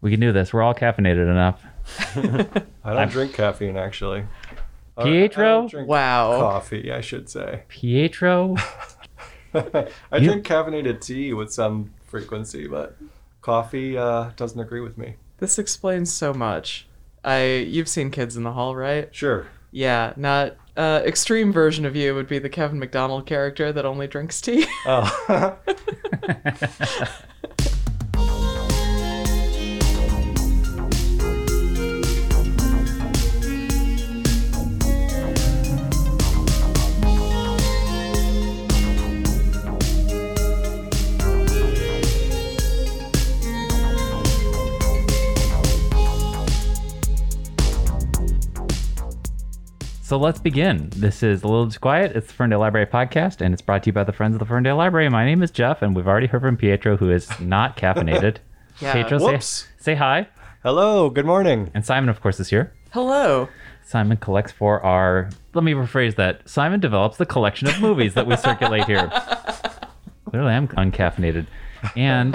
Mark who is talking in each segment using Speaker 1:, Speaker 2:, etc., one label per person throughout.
Speaker 1: We can do this. We're all caffeinated enough.
Speaker 2: I don't drink caffeine actually. I- I
Speaker 1: Pietro?
Speaker 2: don't drink
Speaker 3: Wow.
Speaker 2: Coffee, I should say.
Speaker 1: Pietro?
Speaker 2: I
Speaker 1: You-
Speaker 2: drink caffeinated tea with some frequency, but coffee uh, doesn't agree with me.
Speaker 3: This explains so much. I you've seen Kids in the Hall, right?
Speaker 2: Sure.
Speaker 3: Yeah, not uh extreme version of you would be the Kevin McDonald character that only drinks tea.
Speaker 2: Oh.
Speaker 1: So let's begin. This is A Little Disquiet. It's the Ferndale Library podcast, and it's brought to you by the Friends of the Ferndale Library. My name is Jeff, and we've already heard from Pietro, who is not caffeinated.
Speaker 3: Yeah.
Speaker 1: Pietro, say,
Speaker 2: Whoops.
Speaker 1: say hi.
Speaker 2: Hello, good morning.
Speaker 1: And Simon, of course, is here.
Speaker 3: Hello.
Speaker 1: Simon collects for our. Let me rephrase that. Simon develops the collection of movies that we circulate here. Clearly, I'm uncaffeinated. And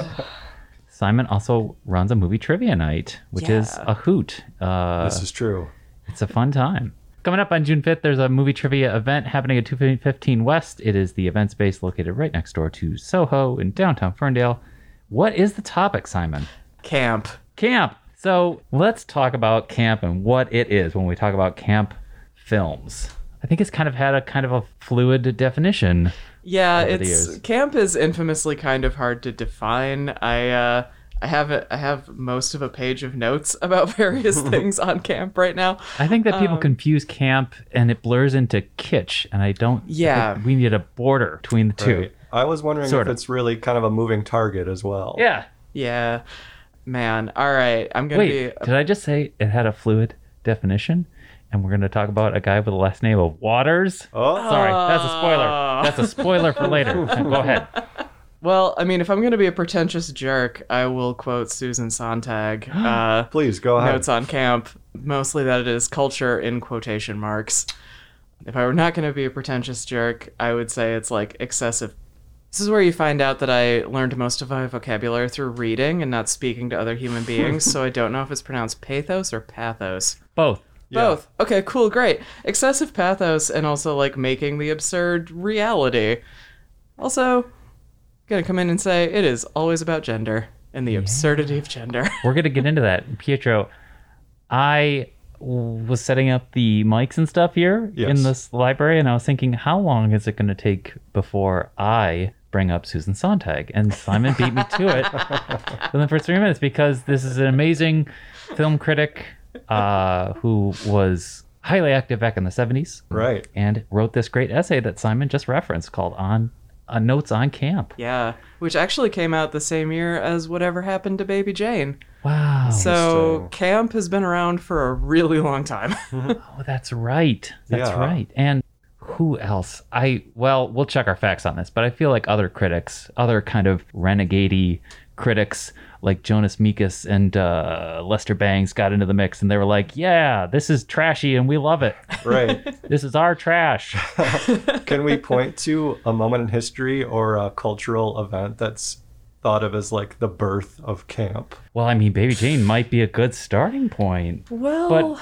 Speaker 1: Simon also runs a movie trivia night, which is
Speaker 3: Yeah.
Speaker 1: a hoot. Uh,
Speaker 2: this is true.
Speaker 1: it's a fun time. Coming up on June 5th, there's a movie trivia event happening at 215 West. It is the event space located right next door to Soho in downtown Ferndale. What is the topic, Simon?
Speaker 3: Camp.
Speaker 1: Camp. So let's talk about camp and what it is when we talk about camp films. I think it's kind of had a kind of a fluid definition.
Speaker 3: Yeah,
Speaker 1: over the years.
Speaker 3: it's camp is infamously kind of hard to define. I uh, I have a, I have most of a page of notes about various things on camp right now.
Speaker 1: I think that people confuse camp and it blurs into kitsch, and I don't. I
Speaker 3: Yeah.
Speaker 1: think we need a border between the two.
Speaker 2: Right. I was wondering
Speaker 1: Sort
Speaker 2: if
Speaker 1: of.
Speaker 2: it's really kind of a moving target as well.
Speaker 1: Yeah.
Speaker 3: Yeah, man. All right, I'm gonna
Speaker 1: Wait,
Speaker 3: be.
Speaker 1: did I just say it had a fluid definition? And we're going to talk about a guy with the last name of Waters.
Speaker 2: Oh,
Speaker 1: Sorry, that's a
Speaker 3: Oh.
Speaker 1: spoiler. That's a spoiler for later. Go ahead.
Speaker 3: Well, I mean, if I'm gonna be a pretentious jerk, I will quote Susan Sontag. Uh,
Speaker 2: please go ahead.
Speaker 3: notes on camp, mostly that it is culture in quotation marks. If I were not going to be a pretentious jerk, I would say it's like excessive. This is where you find out that I learned most of my vocabulary through reading and not speaking to other human beings, so I don't know if it's pronounced pathos or pathos.
Speaker 1: Both.
Speaker 3: Both. Okay, cool, great. Excessive pathos and also like making the absurd reality. Also, gonna come in and say it is always about gender and the absurdity of gender.
Speaker 1: We're going to get into that. Pietro, I was setting up the mics and stuff here
Speaker 2: Yes.
Speaker 1: in this library, and I was thinking, how long is it going to take before I bring up Susan Sontag? And Simon beat me to it in the first three minutes because this is an amazing film critic uh, who was highly active back in the 70s
Speaker 2: Right.
Speaker 1: and wrote this great essay that Simon just referenced called "On uh, Notes on Camp."
Speaker 3: Yeah, which actually came out the same year as Whatever Happened to Baby Jane.
Speaker 1: Wow.
Speaker 3: So
Speaker 2: Interesting.
Speaker 3: camp has been around for a really long time.
Speaker 1: Oh, that's right. That's
Speaker 2: Yeah.
Speaker 1: right. And who else? I well, we'll check our facts on this, but I feel like other critics, other kind of renegade critics like Jonas Mekas and uh, Lester Bangs got into the mix, and they were like, "Yeah, this is trashy, and we love it.
Speaker 2: Right.
Speaker 1: This is our trash."
Speaker 2: Can we point to a moment in history or a cultural event that's thought of as like the birth of camp?
Speaker 1: well, I mean, Baby Jane might be a good starting point,
Speaker 3: well,
Speaker 1: but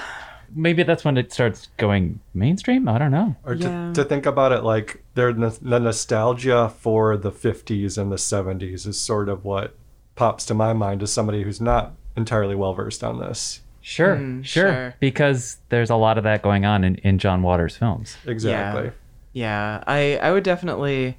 Speaker 1: maybe that's when it starts going mainstream. I don't know.
Speaker 2: Or
Speaker 3: Yeah.
Speaker 2: to, to think about it like their, no- the nostalgia for the 50s and the 70s is sort of what pops to my mind as somebody who's not entirely well versed on this.
Speaker 1: Sure,
Speaker 3: Mm,
Speaker 1: sure,
Speaker 3: sure.
Speaker 1: Because there's a lot of that going on in, in John Waters' films.
Speaker 2: Exactly.
Speaker 3: yeah, I I would definitely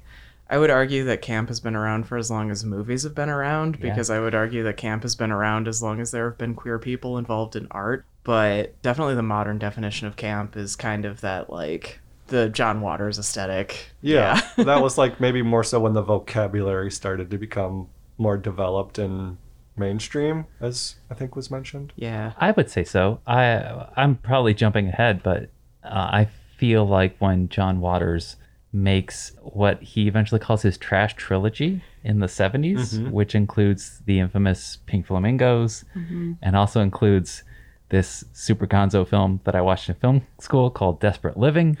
Speaker 3: I would argue that camp has been around for as long as movies have been around
Speaker 1: Yeah.
Speaker 3: because I would argue that camp has been around as long as there have been queer people involved in art, but definitely the modern definition of camp is kind of that like the John Waters aesthetic.
Speaker 2: Yeah. that was like maybe more so when the vocabulary started to become more developed and mainstream, as I think was mentioned.
Speaker 3: Yeah.
Speaker 1: I would say so. I I'm probably jumping ahead, but uh, I feel like when John Waters makes what he eventually calls his trash trilogy in the 70s, which includes the infamous Pink Flamingos and also includes this super gonzo film that I watched in film school called Desperate Living,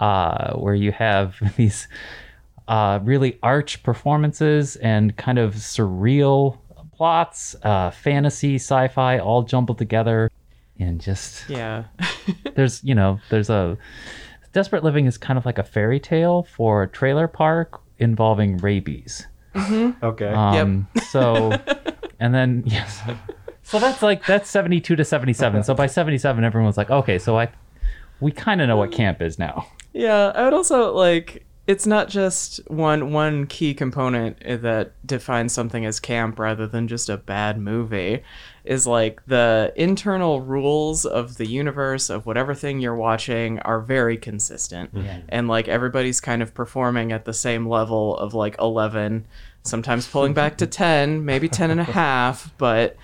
Speaker 1: uh, where you have these uh, really arch performances and kind of surreal plots, uh, fantasy, sci-fi, all jumbled together, and just
Speaker 3: Yeah.
Speaker 1: there's you know there's a desperate living is kind of like a fairy tale for a trailer park involving rabies
Speaker 2: Okay.
Speaker 1: um so and then yes so that's like that's 72 to 77 so by 77 everyone was like okay so i we kind of know what camp is now
Speaker 3: Yeah, I would also like it's not just one one key component that defines something as camp rather than just a bad movie is like the internal rules of the universe of whatever thing you're watching are very consistent and like everybody's kind of performing at the same level of like 11 sometimes pulling back to 10 maybe 10 and a half but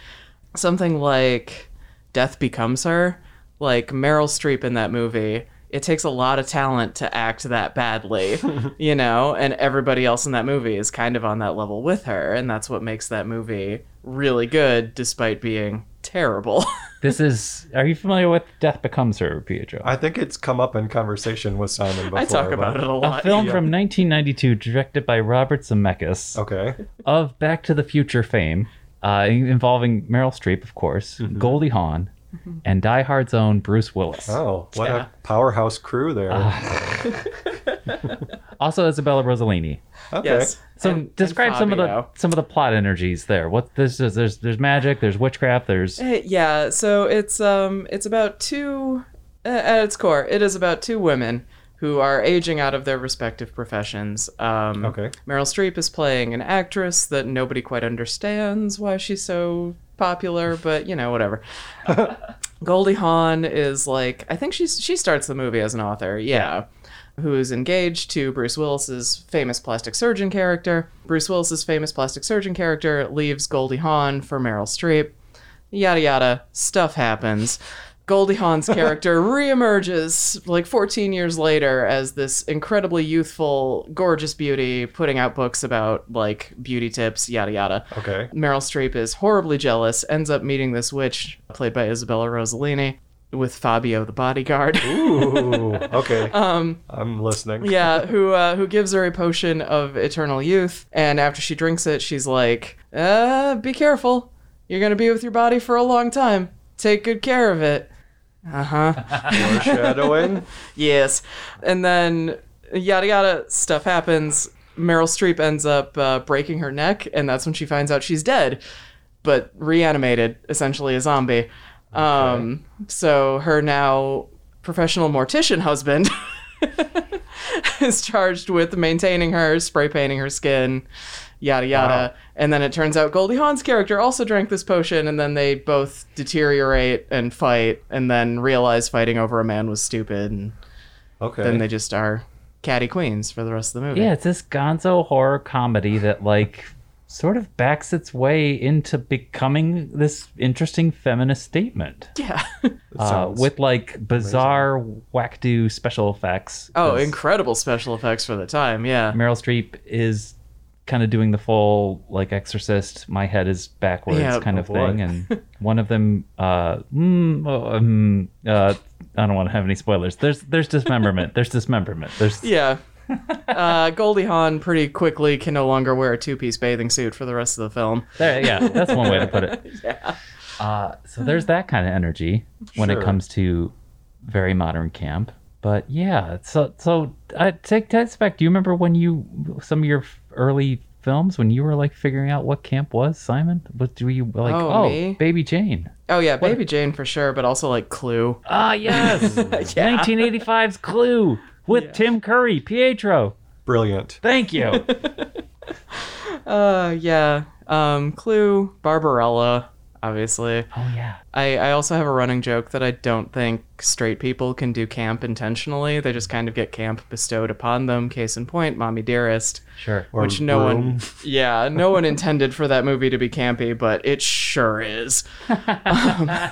Speaker 3: something like Death Becomes Her, like Meryl Streep in that movie, it takes a lot of talent to act that badly, you know, and everybody else in that movie is kind of on that level with her, and that's what makes that movie really good despite being terrible.
Speaker 1: this is are you familiar with death becomes her pietro
Speaker 2: I think it's come up in conversation with Simon before.
Speaker 3: I talk
Speaker 2: but-
Speaker 3: about it a
Speaker 1: a
Speaker 3: lot.
Speaker 1: film from 1992 directed by robert zemeckis
Speaker 3: Oh.
Speaker 2: Okay.
Speaker 1: of Back to the Future fame, uh, involving Meryl Streep, of course,
Speaker 3: Mm-hmm.
Speaker 1: Goldie Hawn, and Die Hard's own Bruce Willis.
Speaker 2: Oh, what
Speaker 3: Yeah.
Speaker 2: a powerhouse crew there.
Speaker 1: Also Isabella Rossellini.
Speaker 2: okay.
Speaker 3: Yes.
Speaker 1: So
Speaker 3: And- and
Speaker 1: describe some of the
Speaker 3: Fabio.
Speaker 1: some of the plot energies there. What this is there's there's magic, there's witchcraft, there's
Speaker 3: Eh, yeah so it's um it's about two uh, at its core it is about two women who are aging out of their respective professions um
Speaker 2: Okay.
Speaker 3: meryl streep is playing an actress that nobody quite understands why she's so popular but you know whatever Goldie Hawn is like I think she's she starts the movie as an author, yeah, who is engaged to Bruce Willis's famous plastic surgeon character. Bruce Willis's famous plastic surgeon character leaves Goldie Hawn for Meryl Streep. Yada yada, stuff happens. Goldie Hawn's character reemerges like 14 years later as this incredibly youthful, gorgeous beauty putting out books about like beauty tips, yada yada.
Speaker 2: Okay.
Speaker 3: Meryl Streep is horribly jealous, ends up meeting this witch, played by Isabella Rossellini, with Fabio the bodyguard.
Speaker 2: Ooh. Okay. Um. I'm listening.
Speaker 3: yeah, who uh, who gives her a potion of eternal youth, and after she drinks it, she's like, "Uh, be careful. You're gonna be with your body for a long time. Take good care of it." Uh huh.
Speaker 2: Foreshadowing.
Speaker 3: yes. And then yada yada stuff happens. Meryl Streep ends up uh, breaking her neck, and that's when she finds out she's dead, but reanimated, essentially a zombie. Um, so her now professional mortician husband is charged with maintaining her, spray painting her skin, yada yada. And then it turns out Goldie Hawn's character also drank this potion, and then they both deteriorate and fight, and then realize fighting over a man was stupid, and
Speaker 2: Okay.
Speaker 3: then they just are catty queens for the rest of the movie.
Speaker 1: yeah, it's this gonzo horror comedy that like sort of backs its way into becoming this interesting feminist statement.
Speaker 3: Yeah.
Speaker 1: Uh,
Speaker 2: sounds
Speaker 1: with like bizarre wackadoo special effects.
Speaker 3: oh,
Speaker 1: 'cause-
Speaker 3: incredible special effects for the time. Yeah.
Speaker 1: Meryl Streep is kind of doing the full like exorcist my head is backwards
Speaker 3: Yeah.
Speaker 1: kind
Speaker 2: Oh,
Speaker 1: of
Speaker 2: boy.
Speaker 1: thing and one of them uh, mm, oh, um, uh I don't want to have any spoilers there's there's dismemberment there's dismemberment there's
Speaker 3: Yeah. Uh, Goldie Hawn pretty quickly can no longer wear a two piece bathing suit for the rest of the film.
Speaker 1: there, yeah that's one way to put it uh, so there's that kind of energy when
Speaker 2: Sure.
Speaker 1: it comes to very modern camp but yeah so so I take that back do you remember when you some of your f- early films when you were like figuring out what camp was Simon what do you like
Speaker 3: Oh,
Speaker 1: oh
Speaker 3: me?
Speaker 1: baby Jane
Speaker 3: Oh, yeah, Baby Jane for sure, but also like Clue.
Speaker 1: Ah, yes. 1985's Clue with Tim Curry, Pietro.
Speaker 2: brilliant.
Speaker 1: Thank you.
Speaker 3: Uh, yeah. Um, Clue, Barbarella, obviously.
Speaker 1: oh, yeah.
Speaker 3: I, I also have a running joke that I don't think straight people can do camp intentionally. They just kind of get camp bestowed upon them. Case in point, Mommy Dearest,
Speaker 1: Sure.
Speaker 2: Or
Speaker 3: which no
Speaker 2: broom.
Speaker 3: one, yeah, no one intended for that movie to be campy, but it sure is. um, uh,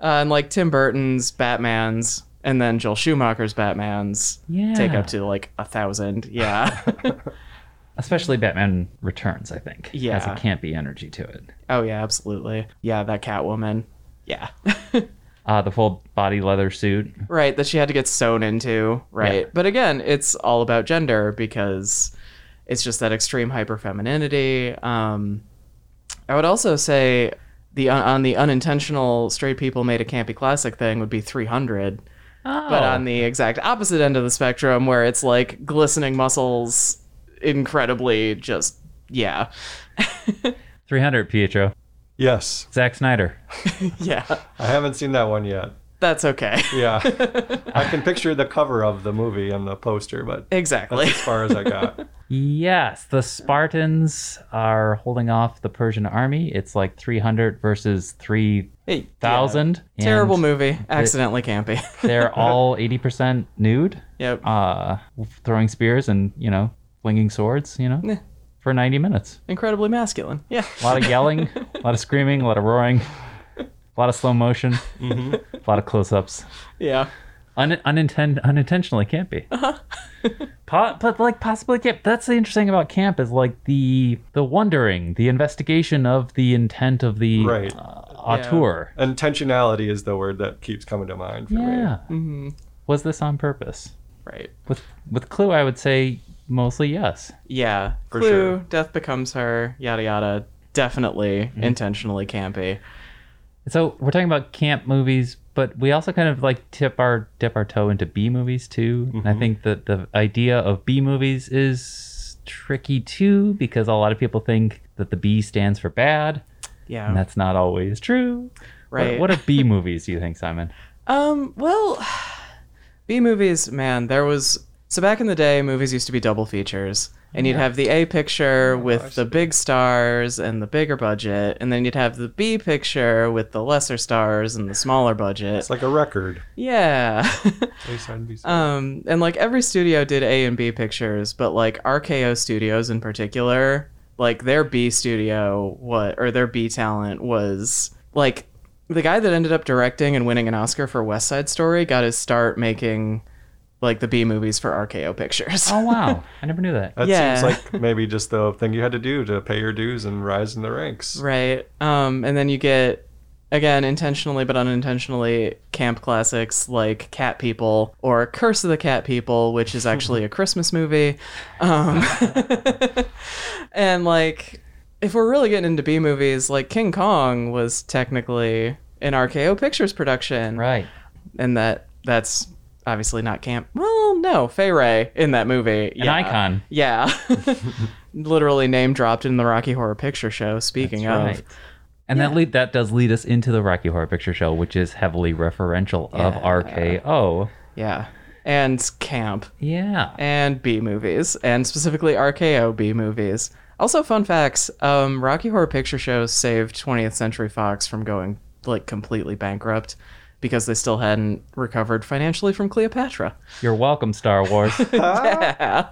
Speaker 3: and like Tim Burton's Batman's, and then Joel Schumacher's Batman's take
Speaker 1: Yeah.
Speaker 3: up to like a thousand. Yeah.
Speaker 1: Especially Batman Returns, I think. Has
Speaker 3: Yeah.
Speaker 1: a campy energy to it.
Speaker 3: Oh yeah, absolutely. Yeah, that Catwoman. Yeah.
Speaker 1: Uh, the full body leather suit.
Speaker 3: right, that she had to get sewn into, right?
Speaker 1: Yeah.
Speaker 3: But again, it's all about gender because it's just that extreme hyperfemininity. Um I would also say the uh, on the unintentional straight people made a campy classic thing would be 300,
Speaker 1: Oh,
Speaker 3: but on the exact opposite end of the spectrum where it's like glistening muscles, incredibly just yeah,
Speaker 1: 300, Pietro.
Speaker 2: Yes,
Speaker 1: Zack Snyder.
Speaker 3: yeah.
Speaker 2: I haven't seen that one yet.
Speaker 3: That's okay.
Speaker 2: Yeah, I can picture the cover of the movie and the poster, but
Speaker 3: Exactly.
Speaker 2: that's as far as I got.
Speaker 1: Yes, the Spartans are holding off the Persian army. It's like 300 versus 3,000.
Speaker 3: Hey, yeah. Terrible movie. Accidentally campy.
Speaker 1: They're all 80% nude,
Speaker 3: yep.
Speaker 1: uh, throwing spears and, you know, flinging swords, you know,
Speaker 3: Yeah.
Speaker 1: for 90 minutes.
Speaker 3: Incredibly masculine. Yeah.
Speaker 1: A lot of yelling, a lot of screaming, a lot of roaring, a lot of slow motion,
Speaker 3: Mm-hmm.
Speaker 1: a lot of close ups.
Speaker 3: Yeah.
Speaker 1: Un- uninten- unintentionally can't be. Po- but like possibly can't. That's the interesting about camp is like the the wondering, the investigation of the intent of the
Speaker 2: Right.
Speaker 1: uh, auteur.
Speaker 2: Intentionality is the word that keeps coming to mind for
Speaker 1: Yeah.
Speaker 2: me.
Speaker 1: Was this on purpose?
Speaker 3: Right.
Speaker 1: With with Clue, I would say mostly yes.
Speaker 3: Yeah.
Speaker 2: For
Speaker 3: Clue,
Speaker 2: sure.
Speaker 3: Death Becomes Her, yada yada. Definitely
Speaker 1: Mm-hmm.
Speaker 3: intentionally campy.
Speaker 1: So we're talking about camp movies, but we also kind of like tip our dip our toe into B movies too. And I think that the idea of B movies is tricky too because a lot of people think that the B stands for bad, and
Speaker 3: Yeah.
Speaker 1: that's not always true. What-
Speaker 3: Oh. Right.
Speaker 1: What, are B movies? Do you think, Simon?
Speaker 3: Um, well, B movies, man, there was. So back in the day, movies used to be double features. And you'd have the A picture with the big stars and the bigger budget, and then you'd have the B picture with the lesser stars and the smaller budget.
Speaker 2: It's like a record.
Speaker 3: Yeah.
Speaker 2: Place on VCR.
Speaker 3: Um, and like every studio did A and B pictures, but like RKO Studios in particular, like their B studio what or their B talent was like the guy that ended up directing and winning an Oscar for West Side Story got his start making like the B movies for RKO Pictures.
Speaker 1: Oh wow, I never knew that.
Speaker 2: That
Speaker 3: Yeah.
Speaker 2: seems like maybe just the thing you had to do to pay your dues and rise in the ranks.
Speaker 3: Right. Um, and then you get again intentionally but unintentionally camp classics like Cat People or Curse of the Cat People, which is actually a Christmas movie. Um, and like if we're really getting into B movies, like King Kong was technically an RKO Pictures production,
Speaker 1: Right.
Speaker 3: and that that's obviously not camp. Well, no, Fay Ray in that movie,
Speaker 1: An icon.
Speaker 3: yeah. Literally name dropped in the Rocky Horror Picture Show. Speaking of,
Speaker 1: Right. And that lead that does lead us into the Rocky Horror Picture Show, which is heavily referential of
Speaker 3: Yeah.
Speaker 1: RKO.
Speaker 3: yeah, and camp
Speaker 1: Yeah.
Speaker 3: and B movies, and specifically RKO B movies. Also, fun facts: um, Rocky Horror Picture Show saved 20th Century Fox from going like completely bankrupt because they still hadn't recovered financially from Cleopatra.
Speaker 1: You're welcome, Star Wars.
Speaker 3: Yeah.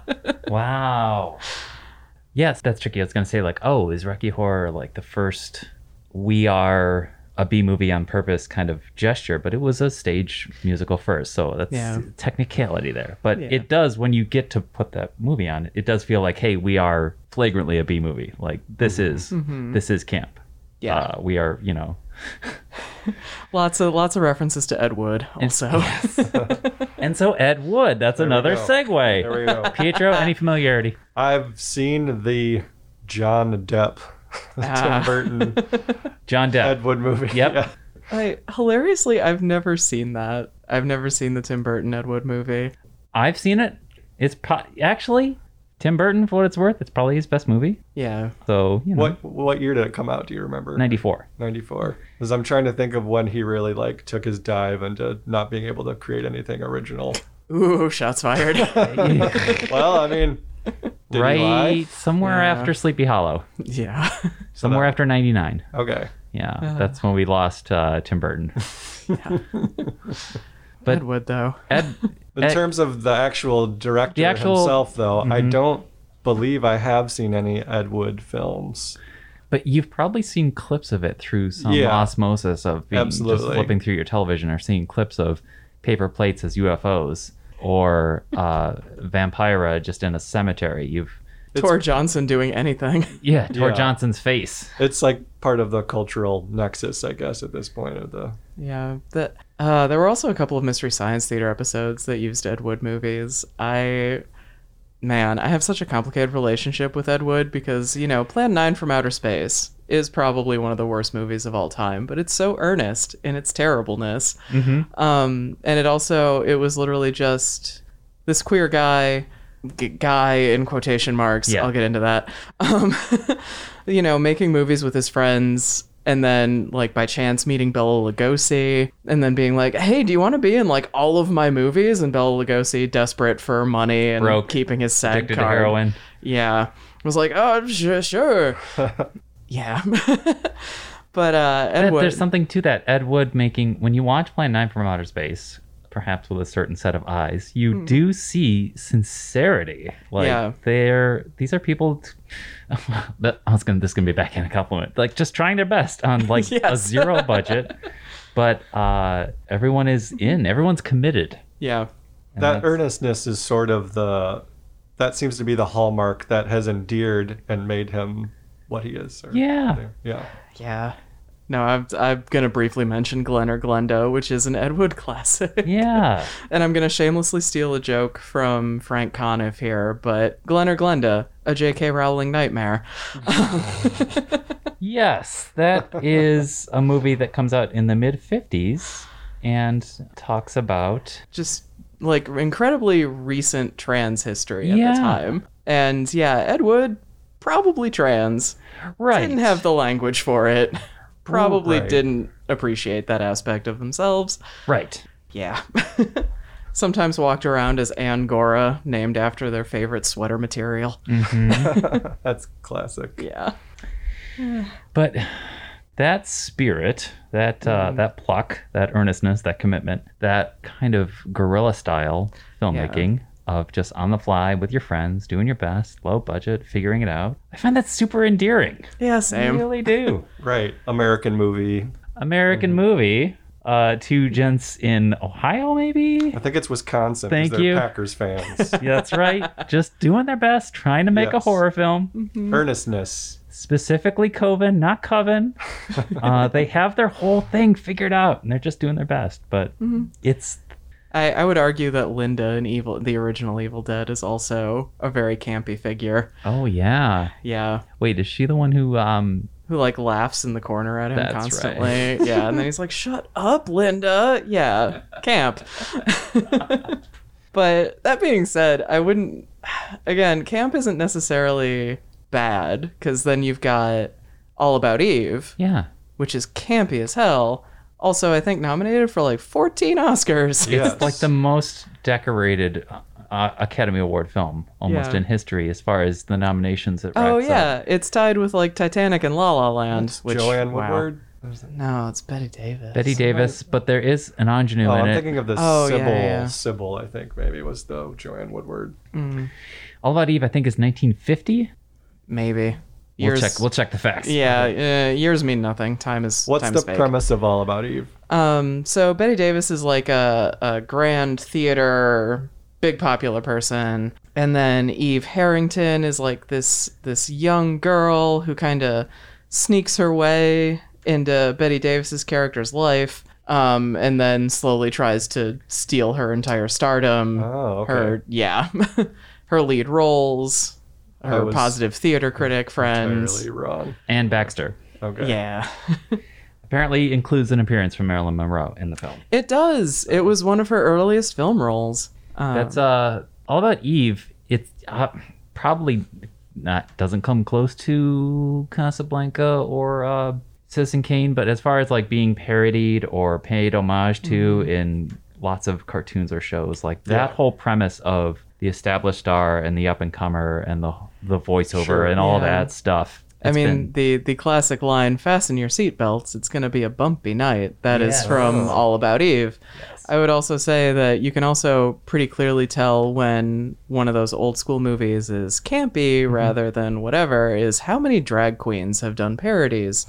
Speaker 1: Wow. Yes, that's tricky. I was gonna say like, oh, is Rocky Horror like the first we are a B movie on purpose kind of gesture, but it was a stage musical first, so that's
Speaker 3: Yeah.
Speaker 1: technicality there. But
Speaker 3: Yeah.
Speaker 1: it does when you get to put that movie on, it does feel like, hey, we are flagrantly a B movie. Like this
Speaker 2: Mm-hmm.
Speaker 1: is this is camp.
Speaker 3: Mm-hmm. Yeah.
Speaker 1: uh, we are. You know,
Speaker 3: lots of lots of references to Ed Wood. Also,
Speaker 1: and so Ed Wood. That's another
Speaker 2: go.
Speaker 1: segue.
Speaker 2: There we go.
Speaker 1: Pietro, any familiarity?
Speaker 2: I've seen the John Depp,
Speaker 3: Ah.
Speaker 2: Tim Burton,
Speaker 1: John Depp.
Speaker 2: Ed Wood movie.
Speaker 1: Yep.
Speaker 2: Yeah.
Speaker 3: I hilariously, I've never seen that. I've never seen the Tim Burton Ed Wood movie.
Speaker 1: I've seen it. It's pro- actually Tim Burton for what it's worth. It's probably his best movie.
Speaker 3: Yeah,
Speaker 1: So you know,
Speaker 2: What what year did it come out? Do you remember?
Speaker 1: ninety four.
Speaker 2: 94. Because I'm trying to think of when he really like took his dive into not being able to create anything original.
Speaker 3: Ooh, shots fired.
Speaker 2: well, I mean, did he
Speaker 1: Right
Speaker 2: lie?
Speaker 1: somewhere
Speaker 3: Yeah.
Speaker 1: after Sleepy Hollow.
Speaker 3: yeah.
Speaker 1: Somewhere after ninety nine.
Speaker 2: Okay.
Speaker 1: Yeah, that's when we lost uh, Tim Burton. But-
Speaker 3: Ed Wood though.
Speaker 1: Ed,
Speaker 2: In
Speaker 1: Ed-
Speaker 2: terms of the actual director
Speaker 1: The actual- Mm-hmm.
Speaker 2: himself, though, I don't believe I have seen any Ed Wood films.
Speaker 1: but you've probably seen clips of it through some
Speaker 2: Yeah.
Speaker 1: osmosis of being just
Speaker 2: Absolutely.
Speaker 1: flipping through your television or seeing clips of paper plates as UFOs or uh, Vampira just in a cemetery. You've
Speaker 3: Tor Johnson doing anything.
Speaker 1: yeah, Tor
Speaker 2: Yeah.
Speaker 1: Johnson's face.
Speaker 2: It's like part of the cultural nexus, I guess, at this point of the
Speaker 3: Yeah, that uh, there were also a couple of Mystery Science Theater episodes that used Ed Wood movies. I man, I have such a complicated relationship with Ed Wood because, you know, Plan 9 from Outer Space is probably one of the worst movies of all time, but it's so earnest in its terribleness. Um, and it also, it was literally just this queer guy, g- guy in quotation marks,
Speaker 1: Yeah.
Speaker 3: I'll get into that, um, you know, making movies with his friends. And then, like by chance, meeting Bella Lugosi, and then being like, "Hey, do you want to be in like all of my movies?" And Bella Lugosi, desperate for money and
Speaker 1: Broke.
Speaker 3: keeping his SAG
Speaker 1: Addicted to
Speaker 3: card.
Speaker 1: heroin.
Speaker 3: Yeah. I was like, oh, sure. sure. yeah. but uh, Ed
Speaker 1: That-
Speaker 3: Wood-
Speaker 1: there's something to that. Ed Wood making when you watch Plan Nine from Outer Space, perhaps with a certain set of eyes, you do see sincerity. Like
Speaker 3: Hmm. Yeah.
Speaker 1: they're these are people. that- I was gonna this is gonna be a backhand compliment. Like just trying their best on like a
Speaker 3: Yes.
Speaker 1: zero budget, but uh, everyone is in. Everyone's committed.
Speaker 3: yeah.
Speaker 1: And
Speaker 2: that
Speaker 1: that's-
Speaker 2: earnestness is sort of the that seems to be the hallmark that has endeared and made him what he is. or-
Speaker 1: Yeah.
Speaker 2: Yeah.
Speaker 3: Yeah. No, I'm, I'm going to briefly mention Glen or Glendo, which is an Ed Wood classic.
Speaker 1: Yeah.
Speaker 3: and I'm going to shamelessly steal a joke from Frank Conniff here, but Glen or Glenda, a J.K. Rowling nightmare.
Speaker 1: Yes, that is a movie that comes out in the mid 50s and talks about
Speaker 3: just like incredibly recent trans history at
Speaker 1: Yeah.
Speaker 3: the time. And yeah, Ed Wood probably trans.
Speaker 1: right.
Speaker 3: Didn't have the language for it. Probably
Speaker 2: Right.
Speaker 3: didn't appreciate that aspect of themselves.
Speaker 1: right.
Speaker 3: Yeah. Sometimes walked around as Angora, named after their favorite sweater material.
Speaker 2: That's classic.
Speaker 3: Yeah.
Speaker 1: But that spirit, that uh, that pluck, that earnestness, that commitment, that kind of guerrilla style filmmaking of just on the fly with your friends, doing your best, low budget, figuring it out. I find that super endearing.
Speaker 3: Yeah,
Speaker 1: I
Speaker 3: same.
Speaker 1: really do.
Speaker 2: Right. American movie.
Speaker 1: American movie. Uh, two gents in Ohio, maybe.
Speaker 2: I think it's Wisconsin. 'cause
Speaker 1: Thank
Speaker 2: they're
Speaker 1: you.
Speaker 2: Packers fans.
Speaker 1: Yeah, that's right. Just doing their best, trying to make a
Speaker 2: Yes.
Speaker 1: horror film.
Speaker 2: earnestness.
Speaker 1: Specifically, Coven, not Coven. uh, they have their whole thing figured out, and they're just doing their best. But
Speaker 3: Mm-hmm.
Speaker 1: it's
Speaker 3: I, I would argue that Linda in Evil, the original Evil Dead, is also a very campy figure.
Speaker 1: oh yeah.
Speaker 3: Yeah.
Speaker 1: Wait, is she the one who? um
Speaker 3: who like laughs in the corner at him
Speaker 1: That's right.
Speaker 3: constantly. Yeah, and then he's like, "Shut up, Linda." Yeah, camp. but that being said, I wouldn't. Again, camp isn't necessarily bad because then you've got All About Eve,
Speaker 1: Yeah,
Speaker 3: which is campy as hell. Also, I think nominated for like 14 Oscars.
Speaker 2: Yes.
Speaker 1: like the most decorated uh, Academy Award film almost
Speaker 3: Yeah.
Speaker 1: in history as far as the nominations. It
Speaker 3: Oh
Speaker 1: racks up.
Speaker 3: yeah, it's tied with like Titanic and La La Land, which
Speaker 2: Joanne
Speaker 3: wow.
Speaker 2: Woodward.
Speaker 3: No, it's Betty Davis.
Speaker 1: Betty Davis, but there is an ingenue
Speaker 2: Oh,
Speaker 1: in
Speaker 2: I'm
Speaker 1: it.
Speaker 2: thinking of the
Speaker 3: Oh, yeah,
Speaker 2: Sybil.
Speaker 3: yeah.
Speaker 2: Sybil, I think maybe was the Joanne Woodward.
Speaker 1: All About Eve, I think, is 1950. We'll
Speaker 3: Maybe. Years-
Speaker 1: check. We'll check the facts.
Speaker 3: Yeah, uh, years mean nothing. Time is
Speaker 2: What's
Speaker 3: time
Speaker 2: the
Speaker 3: is fake.
Speaker 2: premise of All About Eve?
Speaker 3: Um, so Betty Davis is like a, a grand theater, big popular person, and then Eve Harrington is like this this young girl who kind of sneaks her way into Betty Davis's character's life. Um, and then slowly tries to steal her entire stardom.
Speaker 2: Oh, okay.
Speaker 3: Mm-hmm. Her yeah, her lead roles, her
Speaker 2: was
Speaker 3: positive theater critic friends.
Speaker 2: Entirely wrong.
Speaker 1: Anne Baxter
Speaker 2: Okay.
Speaker 3: Yeah.
Speaker 1: apparently includes an appearance from Marilyn Monroe in the film.
Speaker 3: It does. It was one of her earliest film roles. Um,
Speaker 1: That's uh, All About Eve. It's uh, probably not doesn't come close to Casablanca or uh, Citizen Kane, but as far as like being parodied or paid homage to
Speaker 3: Mm-hmm.
Speaker 1: in lots of cartoons or shows, like that
Speaker 2: Yeah.
Speaker 1: whole premise of the established star and the up and comer and the the voiceover
Speaker 2: Sure.
Speaker 1: and all
Speaker 3: Yeah.
Speaker 1: that stuff.
Speaker 3: I
Speaker 1: It's
Speaker 3: mean,
Speaker 1: been-
Speaker 3: the, the classic line, fasten your seatbelts, it's going to be a bumpy night. That is
Speaker 1: Yeah. Oh.
Speaker 3: from All About Eve. I would also say that you can also pretty clearly tell when one of those old school movies is campy
Speaker 1: Mm-hmm.
Speaker 3: rather than whatever, is how many drag queens have done parodies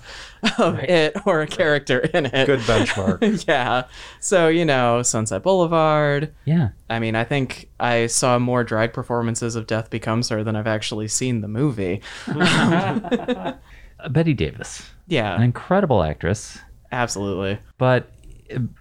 Speaker 3: of it or a character in it.
Speaker 2: Good benchmark.
Speaker 3: yeah. So, you know, Sunset Boulevard.
Speaker 1: yeah,
Speaker 3: I mean, I think I saw more drag performances of Death Becomes Her than I've actually seen the movie.
Speaker 1: Uh, Betty Davis, an
Speaker 3: Yeah,
Speaker 1: incredible actress.
Speaker 3: absolutely.
Speaker 1: uh, but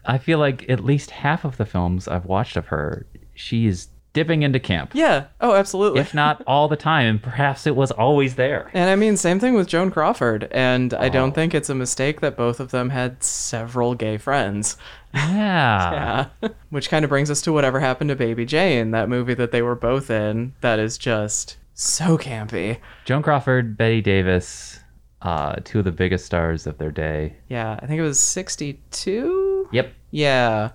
Speaker 1: I feel like at least half of the films I've watched of her, she is dipping into camp,
Speaker 3: Yeah. Oh, absolutely.
Speaker 1: if not all the time, and perhaps it was always there.
Speaker 3: And I mean, same thing with Joan Crawford. And I don't think it's a mistake that both of them had several gay friends.
Speaker 1: Yeah.
Speaker 3: Yeah. Which kind of brings us to whatever happened to Baby Jane, that movie that they were both in that is just so campy.
Speaker 1: Joan Crawford, Betty Davis, uh, two of the biggest stars of their day.
Speaker 3: Yeah. I think it was 62?
Speaker 1: Yep.
Speaker 3: Yeah.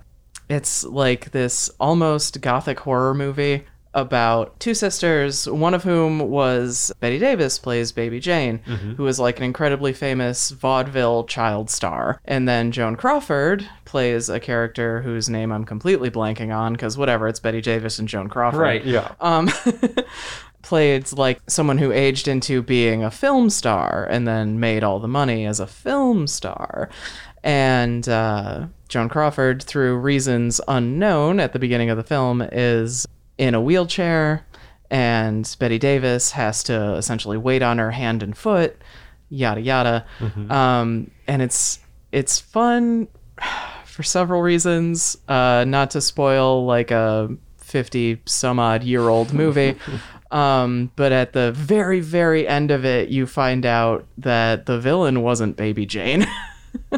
Speaker 3: It's like this almost gothic horror movie about two sisters, one of whom was Betty Davis plays Baby Jane, who is like an incredibly famous vaudeville child star. And then Joan Crawford plays a character whose name I'm completely blanking on because whatever, it's Betty Davis and Joan Crawford
Speaker 1: Right.
Speaker 2: Yeah.
Speaker 3: um, played like someone who aged into being a film star and then made all the money as a film star. And uh, Joan Crawford, through reasons unknown at the beginning of the film, is in a wheelchair, and Betty Davis has to essentially wait on her hand and foot, yada yada. Um, and it's it's fun for several reasons. Uh, not to spoil like a 50 some odd year old movie. um, but at the very, very end of it, you find out that the villain wasn't Baby Jane.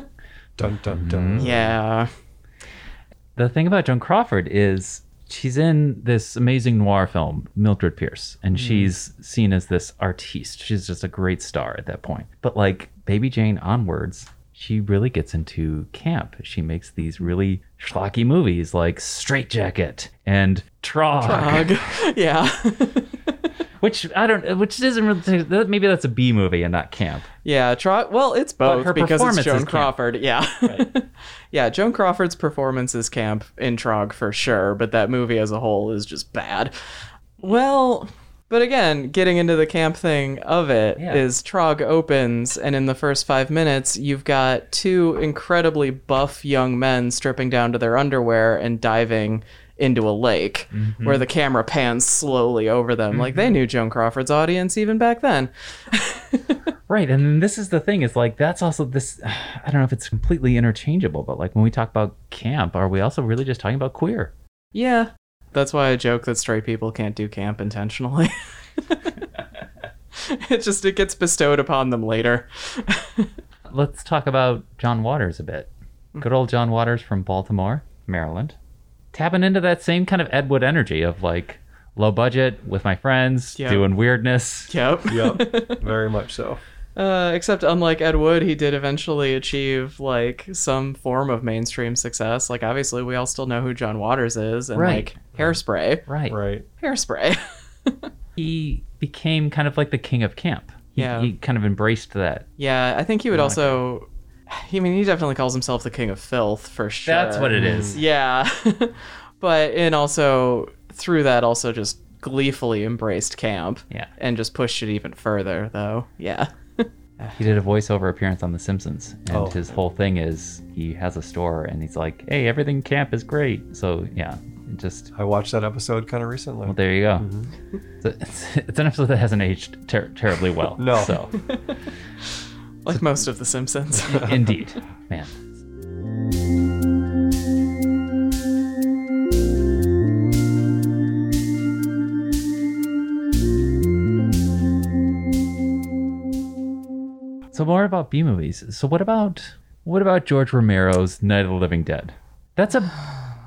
Speaker 2: Dun dun
Speaker 3: Mm-hmm.
Speaker 2: dun.
Speaker 3: yeah.
Speaker 1: the thing about Joan Crawford is she's in this amazing noir film, Mildred Pierce, and she's seen as this artiste. She's just a great star at that point. But like Baby Jane onwards, she really gets into camp. She makes these really schlocky movies like Straight Jacket and Trog,
Speaker 3: Ugh. yeah.
Speaker 1: which I don't, which isn't really, that- maybe that's a B movie and not camp.
Speaker 3: Yeah, Tro- well, it's both
Speaker 1: her
Speaker 3: because
Speaker 1: performance
Speaker 3: it's
Speaker 1: is
Speaker 3: Joan
Speaker 1: camp.
Speaker 3: Crawford. Yeah, yeah, Joan Crawford's performance is camp in Trog for sure, but that movie as a whole is just bad. Well, but again, getting into the camp thing of it is
Speaker 1: Yeah.
Speaker 3: Trog opens, and in the first five minutes, you've got two incredibly buff young men stripping down to their underwear and diving into a lake, where the camera pans slowly over them, like they knew Joan Crawford's audience even back then.
Speaker 1: Right, and then this is the thing is like that's also this I don't know if it's completely interchangeable, but like when we talk about camp, are we also really just talking about queer?
Speaker 3: Yeah. That's why I joke that straight people can't do camp intentionally. it just it gets bestowed upon them later.
Speaker 1: Let's talk about John Waters a bit.
Speaker 3: Hmm.
Speaker 1: Good old John Waters from Baltimore, Maryland. Tapping into that same kind of Ed Wood energy of like low budget with my friends,
Speaker 3: Yeah.
Speaker 1: doing weirdness.
Speaker 3: Yep.
Speaker 2: Yep. Very much so.
Speaker 3: Uh, except unlike Ed Wood, he did eventually achieve like some form of mainstream success. Like obviously we all still know who John Waters is and
Speaker 1: Right.
Speaker 3: like hairspray.
Speaker 1: Right.
Speaker 2: Right.
Speaker 3: Hairspray.
Speaker 1: He became kind of like the king of camp. He,
Speaker 3: Yeah.
Speaker 1: he kind of embraced that.
Speaker 3: yeah, I think he would also I mean he definitely calls himself the king of filth for sure. Mm.
Speaker 1: That's what it is.
Speaker 3: Yeah. but and also through that also just gleefully embraced camp.
Speaker 1: Yeah.
Speaker 3: And just pushed it even further though. Yeah.
Speaker 1: He did a voiceover appearance on The Simpsons, and
Speaker 2: Oh.
Speaker 1: his whole thing is he has a store and he's like, "Hey, everything camp is great." So yeah, just
Speaker 2: I watched that episode kind of recently.
Speaker 1: well, there you go.
Speaker 3: Mm-hmm.
Speaker 1: So it's, it's an episode that hasn't aged ter- terribly well.
Speaker 2: No.
Speaker 1: so
Speaker 3: Like most of the Simpsons.
Speaker 1: indeed, man. So more about B movies. So what about what about George Romero's Night of the Living Dead? That's a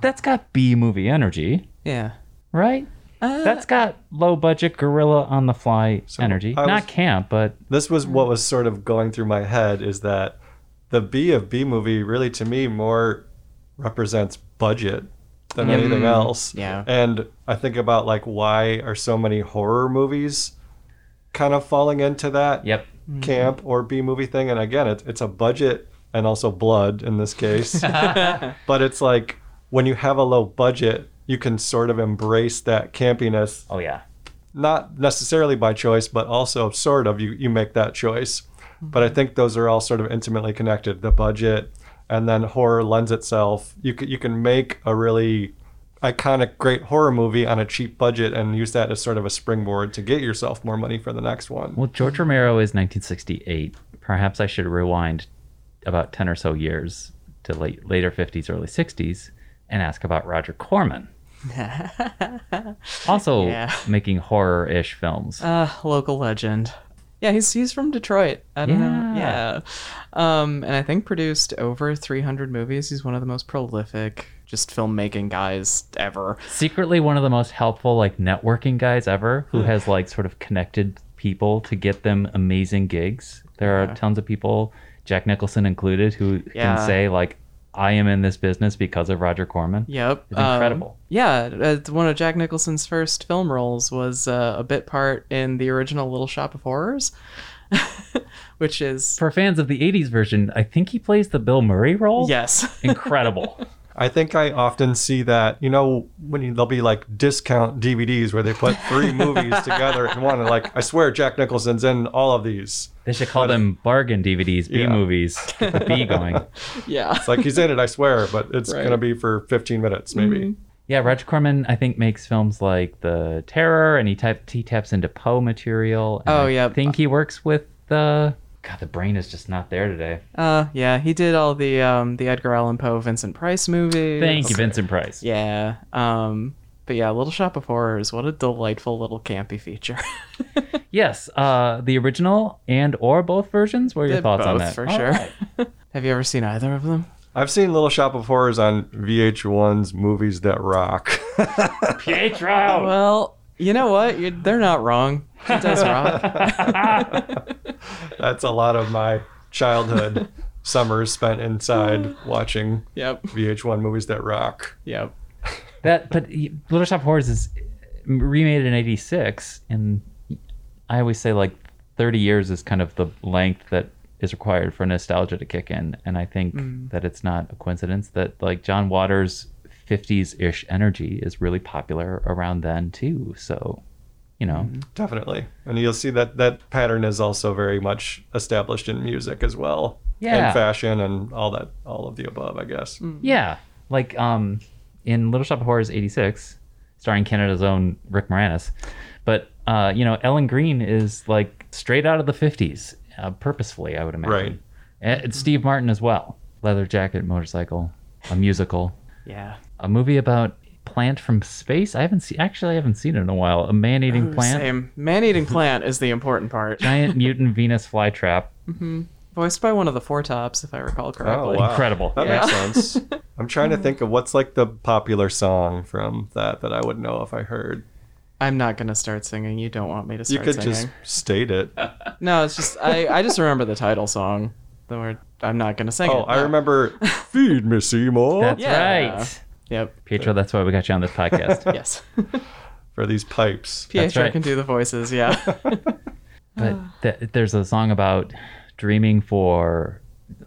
Speaker 1: that's got B movie energy,
Speaker 3: yeah.
Speaker 1: right?
Speaker 2: Uh,
Speaker 1: that's got low budget gorilla on the fly energy.
Speaker 2: I
Speaker 1: Not
Speaker 2: was-
Speaker 1: camp, but
Speaker 2: this was what was sort of going through my head is that the B of B movie really to me more represents budget than
Speaker 1: Mm-hmm.
Speaker 2: anything else.
Speaker 3: yeah.
Speaker 2: And I think about like why are so many horror movies kind of falling into that
Speaker 1: yep.
Speaker 2: camp or B movie thing and again it's it's a budget and also blood in this case. but it's like when you have a low budget, you can sort of embrace that campiness
Speaker 1: Oh yeah.
Speaker 2: not necessarily by choice, but also sort of you, you make that choice. But I think those are all sort of intimately connected. The budget and then horror lends itself. You can, you can make a really iconic, great horror movie on a cheap budget and use that as sort of a springboard to get yourself more money for the next one.
Speaker 1: Well, George Romero is 1968. Perhaps I should rewind about 10 or so years to late later 50s, early 60s, and ask about Roger Corman. Also
Speaker 3: Yeah.
Speaker 1: making horror ish films.
Speaker 3: Uh, local legend. Yeah, he's he's from Detroit. I don't know. Yeah. Um, and I think produced over 300 movies. He's one of the most prolific just filmmaking guys ever.
Speaker 1: Secretly one of the most helpful like networking guys ever who has like sort of connected people to get them amazing gigs. There are tons of people, Jack Nicholson included, who
Speaker 3: Yeah.
Speaker 1: can say like I am in this business because of Roger Corman.
Speaker 3: Yep.
Speaker 1: It's incredible.
Speaker 3: Yeah, uh, one of Jack Nicholson's first film roles was uh, a bit part in the original Little Shop of Horrors, which is
Speaker 1: For fans of the 80s version, I think he plays the Bill Murray role.
Speaker 3: yes.
Speaker 1: Incredible.
Speaker 2: I think I often see that, you know, when you, there'll be like discount DVDs where they put three movies together in one. And like, I swear Jack Nicholson's in all of these.
Speaker 1: They should call them bargain DVDs, B
Speaker 2: Yeah.
Speaker 1: movies, with the B going.
Speaker 3: yeah.
Speaker 2: It's like, he's in it, I swear, but it's
Speaker 3: Right.
Speaker 2: going to be for 15 minutes maybe.
Speaker 1: Yeah, Roger Corman, I think, makes films like The Terror, and he, type, he taps into Poe material. and
Speaker 3: Oh,
Speaker 1: I
Speaker 3: yeah.
Speaker 1: think he works with the. God, the brain is just not there today.
Speaker 3: Uh, yeah, he did all the um, the Edgar Allan Poe, Vincent Price movies.
Speaker 1: Thank you, Vincent Price.
Speaker 3: Yeah. Um, but yeah, Little Shop of Horrors. What a delightful little campy feature.
Speaker 1: Yes, uh, the original and or both versions. What are your thoughts on
Speaker 3: Both,
Speaker 1: that?
Speaker 3: for
Speaker 1: All
Speaker 3: sure.
Speaker 1: right.
Speaker 3: Have you ever seen either of them?
Speaker 2: I've seen Little Shop of Horrors on VH1's Movies That Rock.
Speaker 1: Pietro.
Speaker 3: Well, you know what? you they're not wrong. It does rock.
Speaker 2: That's a lot of my childhood summers spent inside watching
Speaker 3: yep.
Speaker 2: VH1 Movies That Rock.
Speaker 3: Yep.
Speaker 1: That, but y- Little Shop of Horrors is remade in '86, and I always say like 30 years is kind of the length that is required for nostalgia to kick in, and I think that it's not a coincidence that like John Waters' 50s-ish energy is really popular around then too. So, you know,
Speaker 2: Definitely. And you'll see that that pattern is also very much established in music as well.
Speaker 1: Yeah. Mm.
Speaker 2: And fashion and all that, all of the above, I guess.
Speaker 1: yeah, like um, in Little Shop of Horrors '86, starring Canada's own Rick Moranis, but uh, you know, Ellen Green is like straight out of the '50s, uh, purposefully, I would imagine.
Speaker 2: Right.
Speaker 1: And it's Steve Martin as well. Leather jacket, motorcycle, a musical,
Speaker 3: Yeah.
Speaker 1: a movie about plant from space. I haven't seen. Actually, I haven't seen it in a while. A man-eating plant,
Speaker 3: Oh, Mm, Same. Man eating plant is the important part.
Speaker 1: giant mutant Venus flytrap.
Speaker 3: Voiced by one of the four tops, if I recall correctly.
Speaker 2: Oh, wow.
Speaker 1: Incredible.
Speaker 2: That makes sense. I'm trying
Speaker 1: Mm-hmm.
Speaker 2: to think of what's like the popular song from that that I would know if I heard.
Speaker 3: I'm not gonna start singing. You don't want me to
Speaker 2: You
Speaker 3: start
Speaker 2: could
Speaker 3: singing.
Speaker 2: just state it.
Speaker 3: No, it's just I, I just remember the title song. The word I'm not gonna sing.
Speaker 2: Oh,
Speaker 3: it.
Speaker 2: I remember Feed Me Seymour
Speaker 1: That's
Speaker 3: Yeah.
Speaker 1: right,
Speaker 3: Yep.
Speaker 1: Pietro. That's why we got you on this podcast.
Speaker 3: Yes.
Speaker 2: for these pipes.
Speaker 3: Pietro
Speaker 1: right.
Speaker 3: can do the voices. Yeah.
Speaker 1: but th- there's a song about dreaming for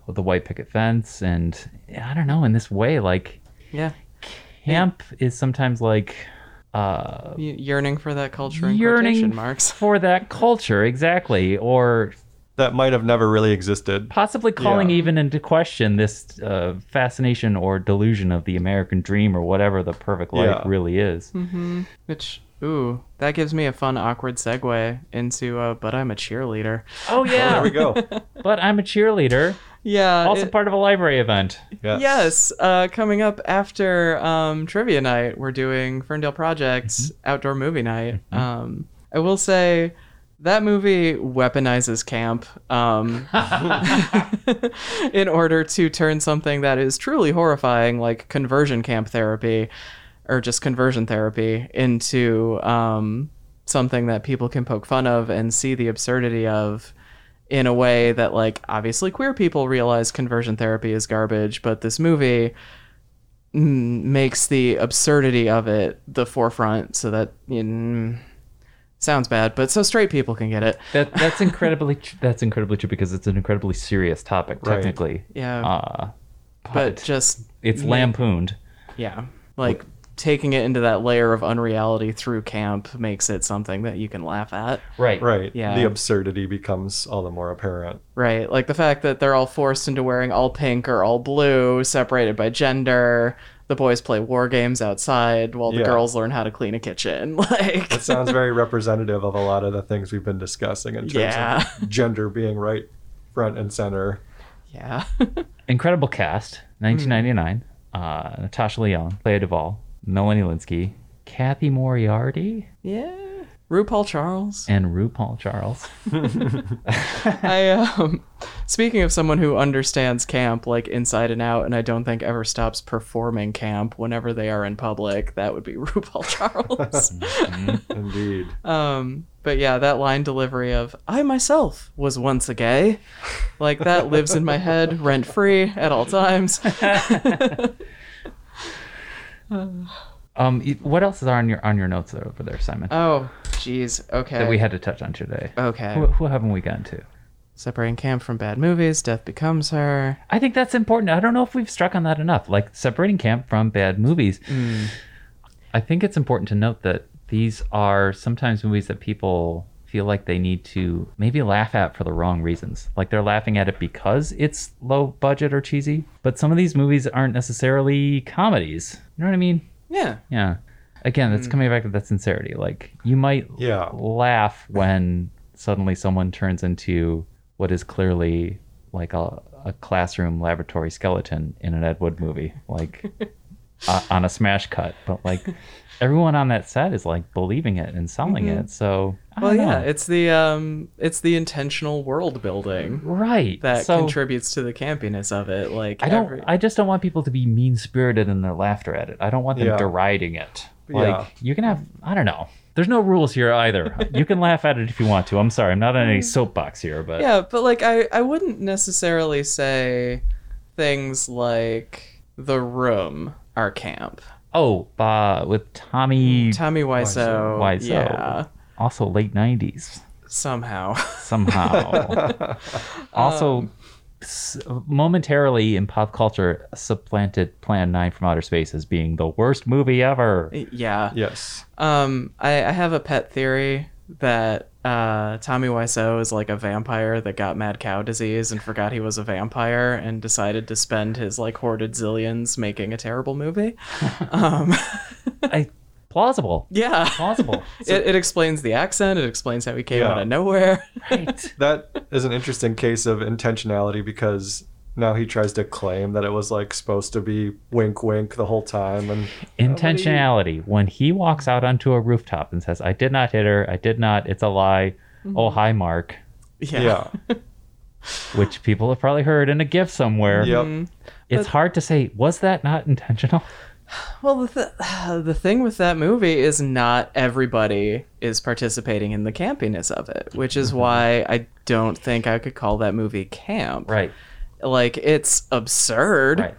Speaker 1: the white picket fence and i don't know in this way like
Speaker 3: Yeah.
Speaker 1: camp is sometimes like uh
Speaker 3: Ye- yearning for that culture in
Speaker 1: yearning
Speaker 3: quotation marks.
Speaker 1: for that culture exactly or
Speaker 2: That might have never really existed.
Speaker 1: possibly calling
Speaker 2: Yeah.
Speaker 1: even into question this uh, fascination or delusion of the american dream or whatever the perfect life
Speaker 2: Yeah.
Speaker 1: really is
Speaker 3: Which ooh, that gives me a fun awkward segue into uh, but I'm a cheerleader.
Speaker 1: oh
Speaker 2: There we
Speaker 1: yeah
Speaker 2: go.
Speaker 1: but i'm a cheerleader
Speaker 3: Yeah.
Speaker 1: also
Speaker 3: it-
Speaker 1: part of a library event
Speaker 2: Yes.
Speaker 3: Yes, uh, coming up after um, trivia night, we're doing Ferndale Project's outdoor movie night. Um, I will say that movie weaponizes camp um, in order to turn something that is truly horrifying, like conversion camp therapy or just conversion therapy, into um, something that people can poke fun of and see the absurdity of in a way that like obviously queer people realize conversion therapy is garbage but this movie mm, makes the absurdity of it the forefront so that mm, sounds bad but so straight people can get it
Speaker 1: That that's incredibly tr- that's incredibly true because it's an incredibly serious topic
Speaker 2: Right.
Speaker 1: technically.
Speaker 3: Yeah.
Speaker 1: Uh, but,
Speaker 3: but just
Speaker 1: it's lampooned.
Speaker 3: yeah like taking it into that layer of unreality through camp makes it something that you can laugh at
Speaker 1: Right.
Speaker 2: Right.
Speaker 3: Yeah.
Speaker 2: The absurdity becomes all the more apparent.
Speaker 3: Right. Like the fact that they're all forced into wearing all pink or all blue, separated by gender. The boys play war games outside while the
Speaker 2: Yeah.
Speaker 3: girls learn how to clean a kitchen. Like,
Speaker 2: It sounds very representative of a lot of the things we've been discussing in terms
Speaker 3: Yeah.
Speaker 2: of gender being right front and center.
Speaker 3: yeah.
Speaker 1: Incredible cast. 1999. Uh, Natasha Leon, Clea Duvall, Melanie Linsky, Kathy Moriarty,
Speaker 3: Yeah. RuPaul Charles.
Speaker 1: and RuPaul Charles.
Speaker 3: I um speaking of someone who understands camp like inside and out and I don't think ever stops performing camp whenever they are in public, that would be RuPaul Charles.
Speaker 2: Mm-hmm. Indeed.
Speaker 3: Um, but yeah, that line delivery of "I myself was once a gay," like that lives in my head rent free at all times.
Speaker 1: Um, y- what else is on your on your notes over there, Simon?
Speaker 3: oh, jeez. Okay.
Speaker 1: that we had to touch on today. Who,
Speaker 3: okay.
Speaker 1: who haven't we gotten to?
Speaker 3: Separating camp from bad movies. Death becomes her.
Speaker 1: I think that's important. I don't know if we've struck on that enough. Like separating camp from bad movies. I think it's important to note that these are sometimes movies that people feel like they need to maybe laugh at for the wrong reasons. Like they're laughing at it because it's low budget or cheesy, but some of these movies aren't necessarily comedies. You know what I mean?
Speaker 3: Yeah.
Speaker 1: Yeah. Again, that's coming back to that sincerity. Like you might
Speaker 2: Yeah.
Speaker 1: laugh when suddenly someone turns into what is clearly like a, a classroom laboratory skeleton in an Ed Wood movie, like uh, on a smash cut. But like everyone on that set is like believing it and selling it. So I
Speaker 3: Mm-hmm. Well,
Speaker 1: don't
Speaker 3: yeah.
Speaker 1: know.
Speaker 3: It's the um, it's the intentional world building
Speaker 1: right.
Speaker 3: that
Speaker 1: so
Speaker 3: contributes to the campiness of it. Like
Speaker 1: I don't.
Speaker 3: every-
Speaker 1: I just don't want people to be mean spirited in their laughter at it. I don't want them
Speaker 2: Yeah.
Speaker 1: deriding it.
Speaker 2: Yeah.
Speaker 1: Like you can have. I don't know. There's no rules here either. you can laugh at it if you want to. I'm sorry. I'm not on
Speaker 3: Mm.
Speaker 1: any soapbox here, but
Speaker 3: yeah, but like I, I wouldn't necessarily say things like the room are camp.
Speaker 1: Oh, uh, with Tommy,
Speaker 3: Tommy Wiseau.
Speaker 1: Wiseau.
Speaker 3: Yeah.
Speaker 1: also late '90s
Speaker 3: Somehow.
Speaker 2: Um,
Speaker 1: somehow. also, s- momentarily in pop culture, supplanted Plan Nine from Outer Space as being the worst movie ever.
Speaker 3: yeah.
Speaker 2: Yes.
Speaker 3: Um, I, I have a pet theory that uh, Tommy Wiseau is like a vampire that got mad cow disease and forgot he was a vampire and decided to spend his like hoarded zillions making a terrible movie. um,
Speaker 1: I, plausible,
Speaker 3: yeah.
Speaker 1: plausible.
Speaker 3: it, it explains the accent. It explains how he came
Speaker 2: Yeah.
Speaker 3: out of nowhere.
Speaker 1: right.
Speaker 2: That is an interesting case of intentionality because now he tries to claim that it was like supposed to be wink wink the whole time and
Speaker 1: intentionality when he walks out onto a rooftop and says i did not hit her i did not it's a lie oh hi mark
Speaker 2: yeah.
Speaker 1: which people have probably heard in a gif somewhere
Speaker 2: Yep.
Speaker 1: it's hard to say was that not intentional
Speaker 3: Well, the, th- the thing with that movie is not everybody is participating in the campiness of it, which
Speaker 1: Mm-hmm.
Speaker 3: is why I don't think I could call that movie camp.
Speaker 1: right
Speaker 3: Like, it's absurd.
Speaker 1: right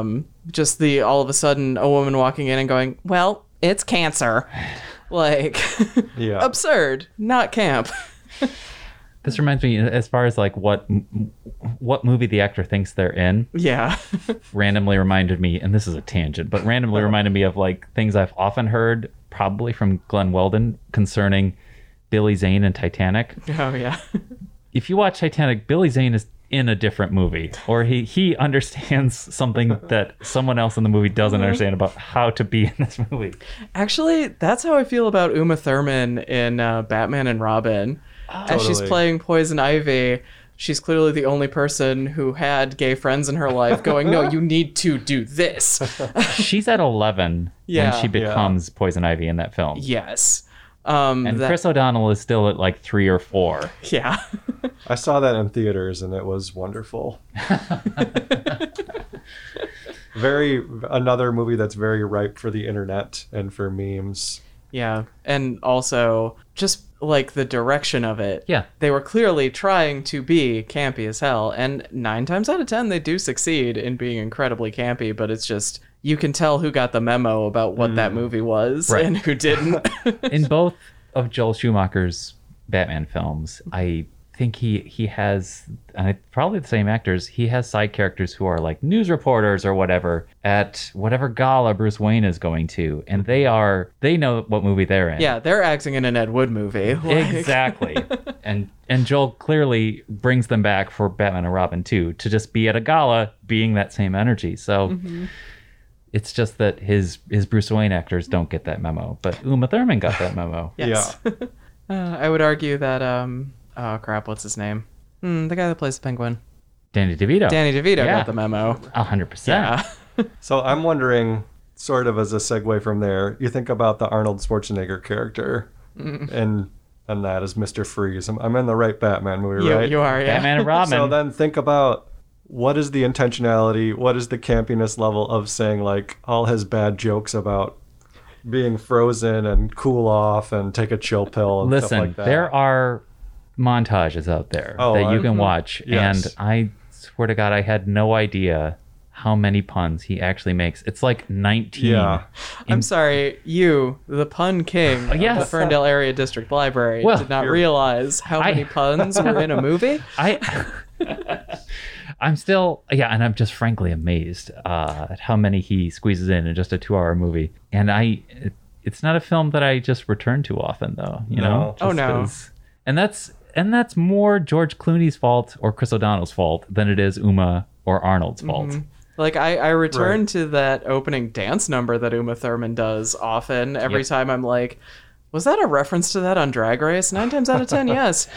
Speaker 3: Um, just the all of a sudden a woman walking in and going, well, it's cancer. Like,
Speaker 2: Yeah.
Speaker 3: absurd, not camp.
Speaker 1: this reminds me as far as like what m- what movie the actor thinks they're in
Speaker 3: yeah.
Speaker 1: randomly reminded me, and this is a tangent, but
Speaker 3: Oh.
Speaker 1: randomly reminded me of like things I've often heard, probably from Glenn Weldon, concerning Billy Zane and Titanic.
Speaker 3: oh, yeah.
Speaker 1: If you watch Titanic, Billy Zane is in a different movie, or he he understands something that someone else in the movie
Speaker 3: Mm-hmm.
Speaker 1: doesn't understand about how to be in this movie.
Speaker 3: Actually, that's how I feel about Uma Thurman in uh, Batman and Robin.
Speaker 1: Oh.
Speaker 3: As she's
Speaker 2: Totally.
Speaker 3: playing Poison Ivy, she's clearly the only person who had gay friends in her life going, No, you need to do this.
Speaker 1: She's at eleven
Speaker 3: Yeah.
Speaker 1: when she
Speaker 2: Yeah.
Speaker 1: becomes Poison Ivy in that film,
Speaker 3: yes. Um,
Speaker 1: and
Speaker 3: that-
Speaker 1: Chris O'Donnell is still at like three or four.
Speaker 3: yeah.
Speaker 2: I saw that in theaters and it was wonderful. very another movie that's very ripe for the internet and for memes.
Speaker 3: yeah. And also, just like the direction of it.
Speaker 1: Yeah.
Speaker 3: They were clearly trying to be campy as hell. And nine times out of ten, they do succeed in being incredibly campy, but it's just. You can tell who got the memo about what that movie was
Speaker 1: Mm. Right.
Speaker 3: and who didn't.
Speaker 1: in both of Joel Schumacher's Batman films, I think he he has and it's probably the same actors. He has side characters who are like news reporters or whatever at whatever gala Bruce Wayne is going to, and they are they know what movie they're in.
Speaker 3: Yeah, they're acting in an Ed Wood movie. Like,
Speaker 1: Exactly, and and Joel clearly brings them back for Batman and Robin too to just be at a gala, being that same energy. So
Speaker 3: Mm-hmm.
Speaker 1: it's just that his his Bruce Wayne actors don't get that memo, but Uma Thurman got that memo.
Speaker 3: Yes. Uh, I would argue that. Um, oh crap, what's his name? Hmm, the guy that plays the penguin,
Speaker 1: Danny DeVito.
Speaker 3: Danny DeVito,
Speaker 1: Oh. Yeah.
Speaker 3: got the memo.
Speaker 1: A hundred percent.
Speaker 3: Yeah.
Speaker 2: So I'm wondering sort of as a segue from there, you think about the Arnold Schwarzenegger character,
Speaker 3: Mm.
Speaker 2: and and that is Mister Freeze. I'm, I'm in the right Batman movie,
Speaker 3: You,
Speaker 2: right?
Speaker 3: you are, yeah.
Speaker 1: Batman and Robin.
Speaker 2: So then think about what is the intentionality, what is the campiness level of saying like all his bad jokes about being frozen and cool off and take a chill pill and
Speaker 1: Listen,
Speaker 2: stuff like that.
Speaker 1: there are montages out there
Speaker 2: Oh,
Speaker 1: that you
Speaker 2: I-
Speaker 1: can watch,
Speaker 2: Yes.
Speaker 1: and I swear to God, I had no idea how many puns he actually makes. It's like nineteen.
Speaker 2: Yeah.
Speaker 3: I'm sorry, you, the pun king of the
Speaker 1: yes.
Speaker 3: Ferndale Area District Library,
Speaker 1: Well,
Speaker 3: did not
Speaker 2: you're-
Speaker 3: realize how
Speaker 1: I-
Speaker 3: many puns were in a movie.
Speaker 1: I. I'm still, yeah, and I'm just frankly amazed uh, at how many he squeezes in in just a two-hour movie. And I, it, it's not a film that I just return to often, though. You know,
Speaker 2: No.
Speaker 1: Just
Speaker 3: Oh, no.
Speaker 1: 'cause- and that's and that's more George Clooney's fault or Chris O'Donnell's fault than it is Uma or Arnold's fault.
Speaker 2: Mm-hmm.
Speaker 3: Like I, I return
Speaker 2: Right.
Speaker 3: to that opening dance number that Uma Thurman does often. Every
Speaker 1: Yep.
Speaker 3: time I'm like, was that a reference to that on Drag Race? Nine times out of ten, yes.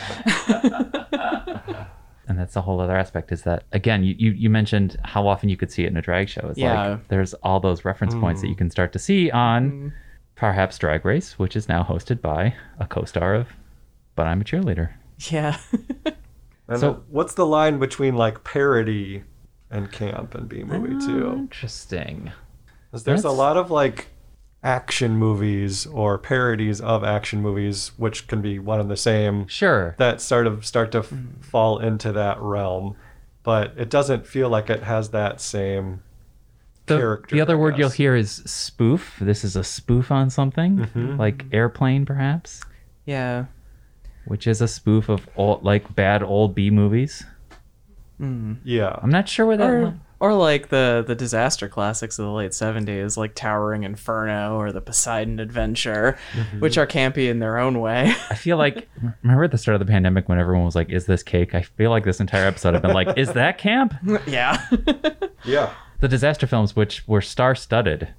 Speaker 1: and that's the whole other aspect is that again you, you, you mentioned how often you could see it in a drag show it's
Speaker 3: Yeah.
Speaker 1: like there's all those reference points
Speaker 2: Mm.
Speaker 1: that you can start to see on
Speaker 2: Mm-hmm.
Speaker 1: perhaps drag race which is now hosted by a co-star of but i'm a cheerleader
Speaker 3: Yeah.
Speaker 2: And
Speaker 1: So-
Speaker 2: uh, what's the line between like parody and camp and B
Speaker 1: Uh,
Speaker 2: movie too?
Speaker 1: interesting
Speaker 2: 'Cause there's
Speaker 1: That's-
Speaker 2: a lot of like action movies or parodies of action movies, which can be one and the same,
Speaker 1: sure
Speaker 2: that sort of start to f-
Speaker 1: Hmm.
Speaker 2: fall into that realm. But it doesn't feel like it has that same
Speaker 1: the,
Speaker 2: character.
Speaker 1: the other
Speaker 2: I
Speaker 1: word you'll
Speaker 2: guess.
Speaker 1: hear is spoof this is a spoof on something
Speaker 2: Mm-hmm.
Speaker 1: like airplane perhaps
Speaker 3: Yeah.
Speaker 1: which is a spoof of old like bad old b movies
Speaker 2: Yeah.
Speaker 1: i'm not sure where that
Speaker 3: Or, or like the the disaster classics of the late seventies, like Towering Inferno or the Poseidon Adventure,
Speaker 2: Mm-hmm.
Speaker 3: which are campy in their own way.
Speaker 1: I feel like remember at the start of the pandemic when everyone was like, "Is this cake?" I feel like this entire episode I've been like, "Is that camp?"
Speaker 3: yeah.
Speaker 2: Yeah.
Speaker 1: The disaster films, which were star-studded,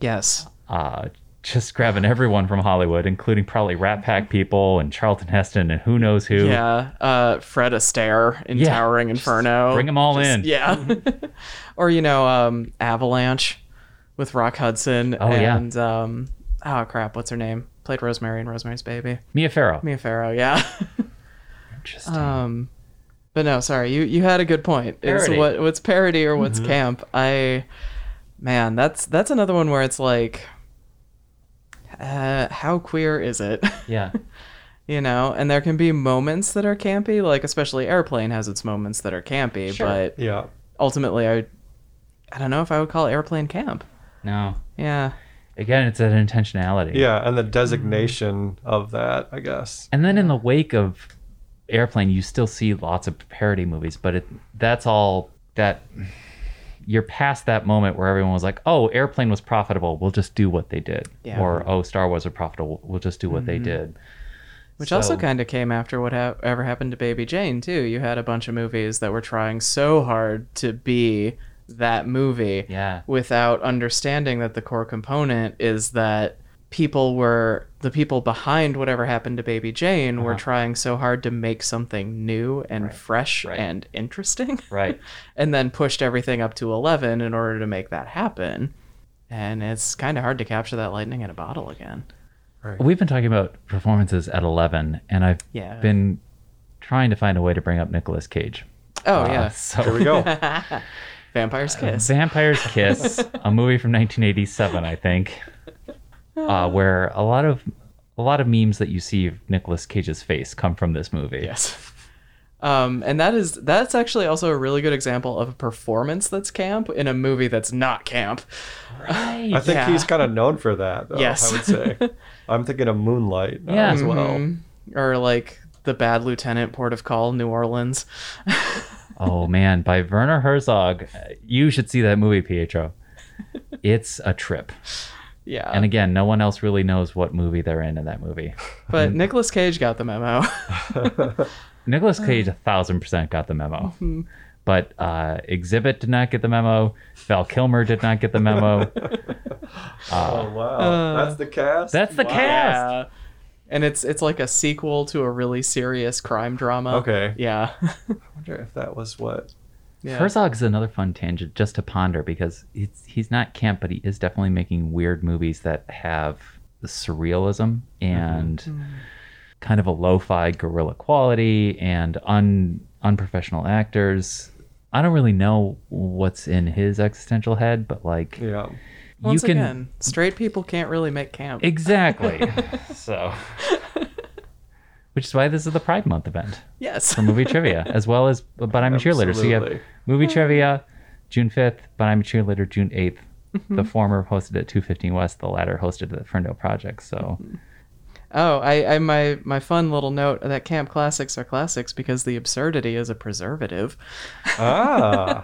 Speaker 3: yes.
Speaker 1: uh, just grabbing everyone from Hollywood, including probably Rat Pack people and Charlton Heston and who knows who.
Speaker 3: Yeah. Uh, Fred Astaire in
Speaker 1: Yeah.
Speaker 3: Towering Inferno.
Speaker 1: Bring them all in.
Speaker 3: Yeah. or, you know, um, Avalanche with Rock Hudson
Speaker 1: Oh, yeah.
Speaker 3: and um oh crap, what's her name? Played Rosemary in Rosemary's Baby.
Speaker 1: Mia Farrow.
Speaker 3: Mia Farrow, yeah.
Speaker 1: Interesting.
Speaker 3: um but no, sorry, you you had a good point. It's
Speaker 1: Parody. Mm-hmm.
Speaker 3: what what's parody or what's camp. I man, that's that's another one where it's like uh, how queer is it?
Speaker 1: yeah.
Speaker 3: you know and there can be moments that are campy like especially airplane has its moments that are campy
Speaker 1: Sure.
Speaker 3: but
Speaker 2: Yeah.
Speaker 3: ultimately i i don't know if i would call airplane camp
Speaker 1: No.
Speaker 3: yeah
Speaker 1: Again, it's an intentionality.
Speaker 2: Yeah. And the
Speaker 1: Hmm.
Speaker 2: designation of that, I guess.
Speaker 1: And then in the wake of Airplane, you still see lots of parody movies, but it that's all that you're past that moment where everyone was like, "Oh, Airplane was profitable. We'll just do what they did."
Speaker 3: Yeah. Mm-hmm.
Speaker 1: Or, "Oh, Star Wars are profitable. We'll just do what they did."
Speaker 3: which also
Speaker 1: So-
Speaker 3: kind of came after what ha- ever happened to baby jane too you had a bunch of movies that were trying so hard to be that movie
Speaker 1: Yeah.
Speaker 3: without understanding that the core component is that people were the people behind whatever happened to baby jane were trying so hard to make something new and fresh
Speaker 1: Uh-huh. Right.
Speaker 3: and interesting
Speaker 1: Right.
Speaker 3: and then pushed everything up to 11 in order to make that happen. And it's kind of hard to capture that lightning in a bottle again.
Speaker 1: We've been talking about performances at 11 and I've
Speaker 3: Yeah.
Speaker 1: been trying to find a way to bring up Nicolas Cage.
Speaker 3: Oh,
Speaker 1: Uh, oh.
Speaker 3: yeah.
Speaker 1: So
Speaker 2: Here we go.
Speaker 3: Vampire's Kiss.
Speaker 1: Vampire's Kiss, a movie from 1987, I think, uh, where a lot of a lot of memes that you see of Nicolas Cage's face come from this movie.
Speaker 3: yes. Um, and that is that's actually also a really good example of a performance that's camp in a movie that's not camp.
Speaker 1: Right.
Speaker 2: I think
Speaker 3: Yeah.
Speaker 2: he's kind of known for that, though,
Speaker 3: Yes.
Speaker 2: I would say. I'm thinking of Moonlight uh,
Speaker 1: Yeah.
Speaker 2: as well.
Speaker 3: Or like the Bad Lieutenant Port of Call, New Orleans.
Speaker 1: oh man, by Werner Herzog. You should see that movie, Pietro. It's a trip.
Speaker 3: Yeah.
Speaker 1: And again, no one else really knows what movie they're in in that movie.
Speaker 3: but Nicolas Cage got the memo.
Speaker 1: Nicolas Cage a thousand percent got the memo. But uh, Exhibit did not get the memo. Val Kilmer did not get the memo.
Speaker 2: Oh, wow. That's the cast?
Speaker 1: Mm-hmm. Uh, That's the cast.
Speaker 3: Yeah. And it's it's like a sequel to a really serious crime drama.
Speaker 2: Okay.
Speaker 3: Yeah.
Speaker 2: I wonder if that was what
Speaker 3: Yeah.
Speaker 1: Herzog's another fun tangent just to ponder because he's he's not camp, but he is definitely making weird movies that have the surrealism and
Speaker 3: Mm.
Speaker 1: kind of a lo-fi guerrilla quality and un unprofessional actors. I don't really know what's in his existential head, but like
Speaker 2: Yeah.
Speaker 3: Once
Speaker 1: you can
Speaker 3: again, straight people can't really make camp.
Speaker 1: exactly. so, which is why this is the Pride Month event
Speaker 3: yes.
Speaker 1: for movie trivia, as well as But I'm a Cheerleader. So you have
Speaker 2: Absolutely.
Speaker 1: movie trivia June 5th, But I'm a Cheerleader June 8th. The former hosted at 215 West, the latter hosted at Ferndale Project. So
Speaker 3: Oh, I, I my my fun little note that camp classics are classics because the absurdity is a preservative.
Speaker 2: Ah,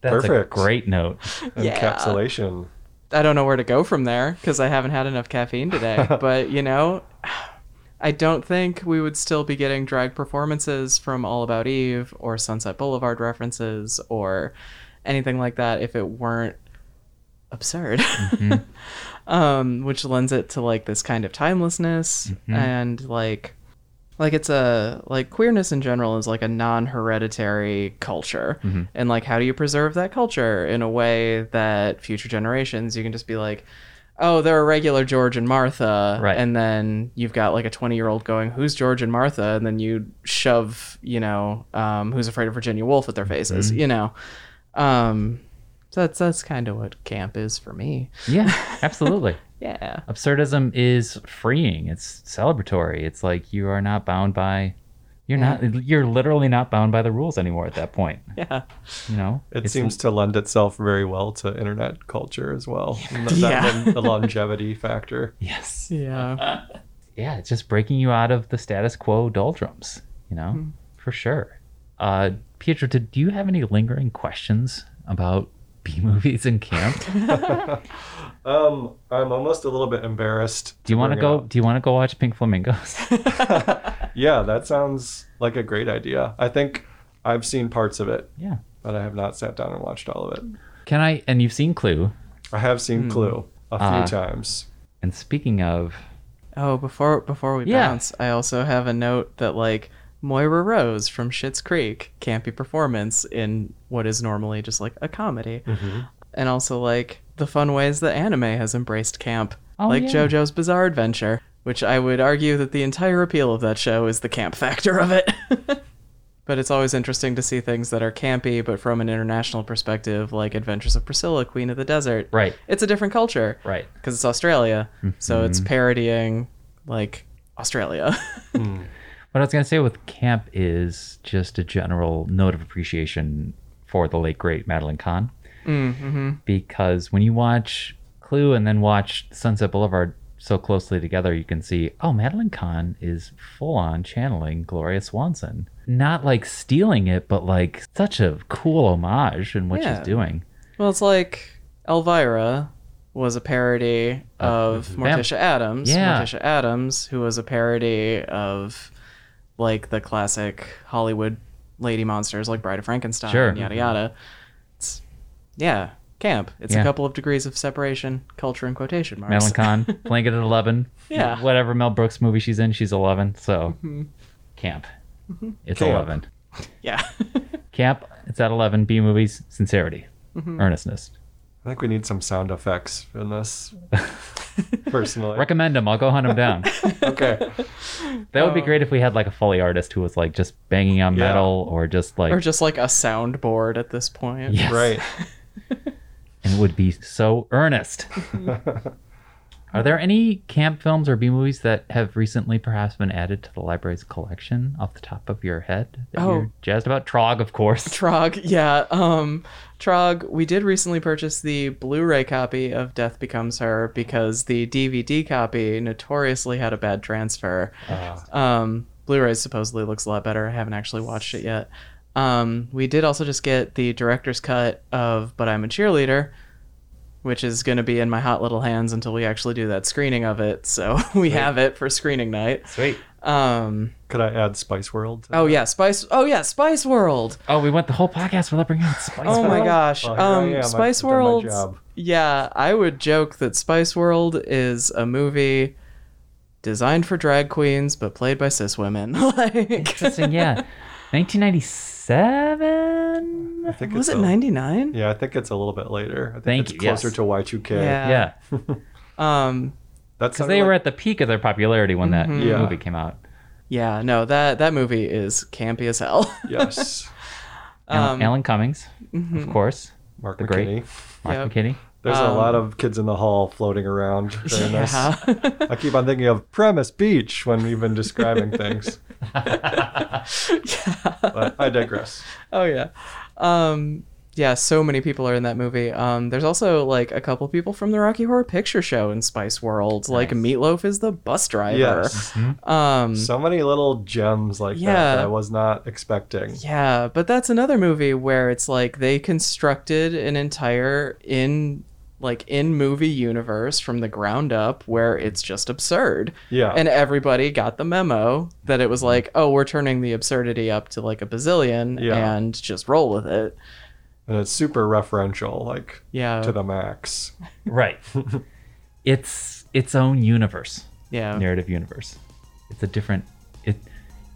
Speaker 1: that's
Speaker 2: Perfect.
Speaker 1: a great note.
Speaker 3: Yeah.
Speaker 2: encapsulation.
Speaker 3: I don't know where to go from there because I haven't had enough caffeine today. but you know, I don't think we would still be getting drag performances from All About Eve or Sunset Boulevard references or anything like that if it weren't absurd.
Speaker 1: Mm-hmm.
Speaker 3: um, which lends it to like this kind of timelessness and like like it's a like queerness in general is like a non-hereditary culture and like how do you preserve that culture in a way that future generations you can just be like oh they're a regular george and martha
Speaker 1: Right.
Speaker 3: and then you've got like a 20 year old going who's george and martha and then you shove you know um, who's afraid of virginia woolf at their faces you know um, so that's that's kind of what camp is for me
Speaker 1: Yeah, absolutely.
Speaker 3: yeah
Speaker 1: Absurdism is freeing. It's celebratory. It's like you are not bound by, you're not, you're literally not bound by the rules anymore at that point.
Speaker 3: yeah
Speaker 1: You know,
Speaker 2: It
Speaker 1: It's-
Speaker 2: seems to lend itself very well to internet culture as well. And that-
Speaker 3: Yeah.
Speaker 2: that- the longevity factor.
Speaker 1: yes,
Speaker 3: yeah
Speaker 1: yeah, it's just breaking you out of the status quo doldrums, you know, for sure. Uh, Pietro, did, do you have any lingering questions about B movies in camp? do
Speaker 2: Um, I'm almost a little bit embarrassed.
Speaker 1: you want to
Speaker 2: bring
Speaker 1: go?
Speaker 2: up.
Speaker 1: Do you want to go watch Pink Flamingos?
Speaker 2: Yeah, that sounds like a great idea. I think I've seen parts of it,
Speaker 1: yeah.
Speaker 2: but I have not sat down and watched all of it.
Speaker 1: Can I? And you've seen Clue.
Speaker 2: I have
Speaker 1: Hmm.
Speaker 2: seen Clue a few
Speaker 1: Ah.
Speaker 2: times.
Speaker 1: And speaking of,
Speaker 3: oh before before we
Speaker 1: Yeah.
Speaker 3: bounce i also have a note that like moira rose from Schitt's creek campy performance in what is normally just like a comedy and also like the fun ways that anime has embraced camp
Speaker 1: Oh,
Speaker 3: like
Speaker 1: yeah.
Speaker 3: jojo's bizarre adventure which i would argue that the entire appeal of that show is the camp factor of it but it's always interesting to see things that are campy but from an international perspective like adventures of priscilla queen of the desert
Speaker 1: Right.
Speaker 3: it's a different culture
Speaker 1: right,
Speaker 3: because it's Australia, so
Speaker 1: Mm-hmm.
Speaker 3: it's parodying like Australia.
Speaker 1: what I was gonna say with camp is just a general note of appreciation for the late great Madeline Kahn. because when you watch Clue and then watch Sunset Boulevard so closely together, you can see, oh, Madeline Kahn is full on channeling Gloria Swanson. Not like stealing it, but like such a cool homage in what
Speaker 3: Yeah.
Speaker 1: she's doing.
Speaker 3: well, it's like Elvira was a parody of Morticia Adams.
Speaker 1: Uh, Yeah.
Speaker 3: Morticia Adams, who was a parody of like the classic Hollywood lady monsters like Bride of Frankenstein,
Speaker 1: Sure.
Speaker 3: and yada yada. It's yeah, camp. It's
Speaker 1: Yeah.
Speaker 3: a couple of degrees of separation, culture in quotation marks.
Speaker 1: Madeline Kahn playing it at 11.
Speaker 3: Yeah. Mm-hmm.
Speaker 1: Whatever Mel Brooks movie she's in, she's 11. So camp. It's
Speaker 2: Camp.
Speaker 1: 11.
Speaker 3: yeah.
Speaker 1: Camp, it's at 11. B movies, sincerity,
Speaker 3: Mm-hmm.
Speaker 1: earnestness.
Speaker 2: I think we need some sound effects in this. Personally,
Speaker 1: Recommend them. I'll go hunt them down.
Speaker 2: okay.
Speaker 1: That
Speaker 3: Um,
Speaker 1: would be great if we had like a Foley artist who was like just banging on
Speaker 2: Yeah.
Speaker 1: metal or just like,
Speaker 3: or just like a soundboard at this point.
Speaker 1: Yes.
Speaker 2: Right.
Speaker 1: and it would be so earnest. Are there any camp films or B movies that have recently perhaps been added to the library's collection off the top of your head that
Speaker 3: Oh.
Speaker 1: you're jazzed about? Trog, of course.
Speaker 3: Trog, yeah. Um, Trog, we did recently purchase the Blu-ray copy of Death Becomes Her because the DVD copy notoriously had a bad transfer.
Speaker 1: Uh,
Speaker 3: Um, Blu-ray supposedly looks a lot better. I haven't actually watched it yet. Um, we did also just get the director's cut of But I'm a Cheerleader, which is going to be in my hot little hands until we actually do that screening of it. So we have it for screening night.
Speaker 1: Sweet.
Speaker 3: Um,
Speaker 2: Could I add Spice World?
Speaker 3: oh yeah, Spice. Oh yeah, Spice World.
Speaker 1: Oh, we went the whole podcast without bringing up Spice
Speaker 3: Oh my
Speaker 1: World.
Speaker 3: gosh.
Speaker 2: Well, here I am.
Speaker 3: um,
Speaker 2: I've
Speaker 3: Spice
Speaker 2: done my
Speaker 3: World.
Speaker 2: job.
Speaker 3: Yeah, I would joke that Spice World is a movie designed for drag queens but played by cis women. like,
Speaker 1: Interesting, yeah. 1997?
Speaker 2: I think
Speaker 3: was
Speaker 2: it's
Speaker 3: it
Speaker 2: a-
Speaker 3: 99?
Speaker 2: Yeah, I think it's a little bit later. I think
Speaker 1: Thank
Speaker 2: it's
Speaker 1: you, yes.
Speaker 2: closer to Y2K.
Speaker 1: Yeah,
Speaker 3: Um,
Speaker 2: That's
Speaker 1: because they were at the peak of their popularity when that
Speaker 3: Mm-hmm.
Speaker 2: Yeah.
Speaker 1: movie came out.
Speaker 3: yeah, no, that, that movie is campy as hell.
Speaker 2: yes,
Speaker 3: Um,
Speaker 1: Alan, Alan Cummings,
Speaker 3: mm-hmm.
Speaker 1: of course,
Speaker 2: Mark
Speaker 1: The
Speaker 2: McKinney.
Speaker 1: great- Mark
Speaker 3: Yep.
Speaker 1: McKinney.
Speaker 2: There's a
Speaker 3: Um,
Speaker 2: lot of kids in the hall floating around during this.
Speaker 3: yeah.
Speaker 2: I keep on thinking of premise beach when we've been describing things. But I digress.
Speaker 3: Oh yeah. Um yeah, so many people are in that movie. Um there's also like a couple people from the Rocky Horror Picture Show in Spice World. Like Meatloaf is the bus driver.
Speaker 2: Yes.
Speaker 3: Um
Speaker 2: So many little gems like that
Speaker 3: Yeah.
Speaker 2: that I was not expecting.
Speaker 3: yeah, but that's another movie where it's like they constructed an entire in like in movie universe from the ground up where it's just absurd.
Speaker 2: Yeah.
Speaker 3: And everybody got the memo that it was like, oh, we're turning the absurdity up to like a bazillion
Speaker 2: Yeah.
Speaker 3: and just roll with it.
Speaker 2: And it's super referential, like
Speaker 3: Yeah.
Speaker 1: Uh,
Speaker 2: to the max.
Speaker 1: Right. it's its own universe,
Speaker 3: yeah.
Speaker 1: narrative universe. It's a different. It.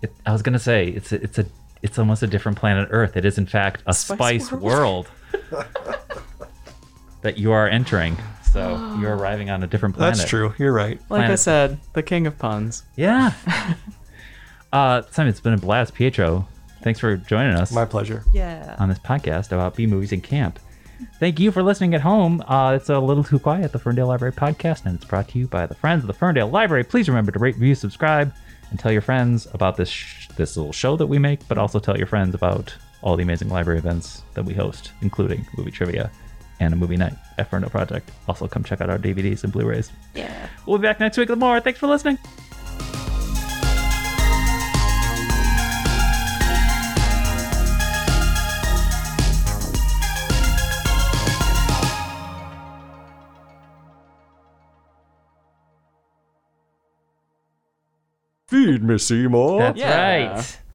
Speaker 1: it I was gonna say it's a, it's a it's almost a different planet Earth. It is in fact a
Speaker 3: Spice
Speaker 1: spice,
Speaker 3: world.
Speaker 1: world. that you are entering. So you're arriving on a different planet.
Speaker 2: That's true. You're right.
Speaker 3: Like I
Speaker 1: Planet-
Speaker 3: said, the king of puns.
Speaker 1: Yeah. uh, Simon, it's been a blast, Pietro. Thanks for joining us
Speaker 2: My pleasure.
Speaker 3: Yeah.
Speaker 1: on this podcast about B movies in camp. Thank you for listening at home. Uh, it's a little too quiet, the Ferndale Library podcast, and it's brought to you by the Friends of the Ferndale Library. Please remember to rate, review, subscribe, and tell your friends about this sh- this little show that we make. But also tell your friends about all the amazing library events that we host, including movie trivia and a movie night at Ferndale Project. Also, come check out our DVDs and Blu-rays. Yeah, we'll be back next week with more. Thanks for listening.
Speaker 2: Feed me, Seymour.
Speaker 1: That's
Speaker 3: Yeah.
Speaker 1: right.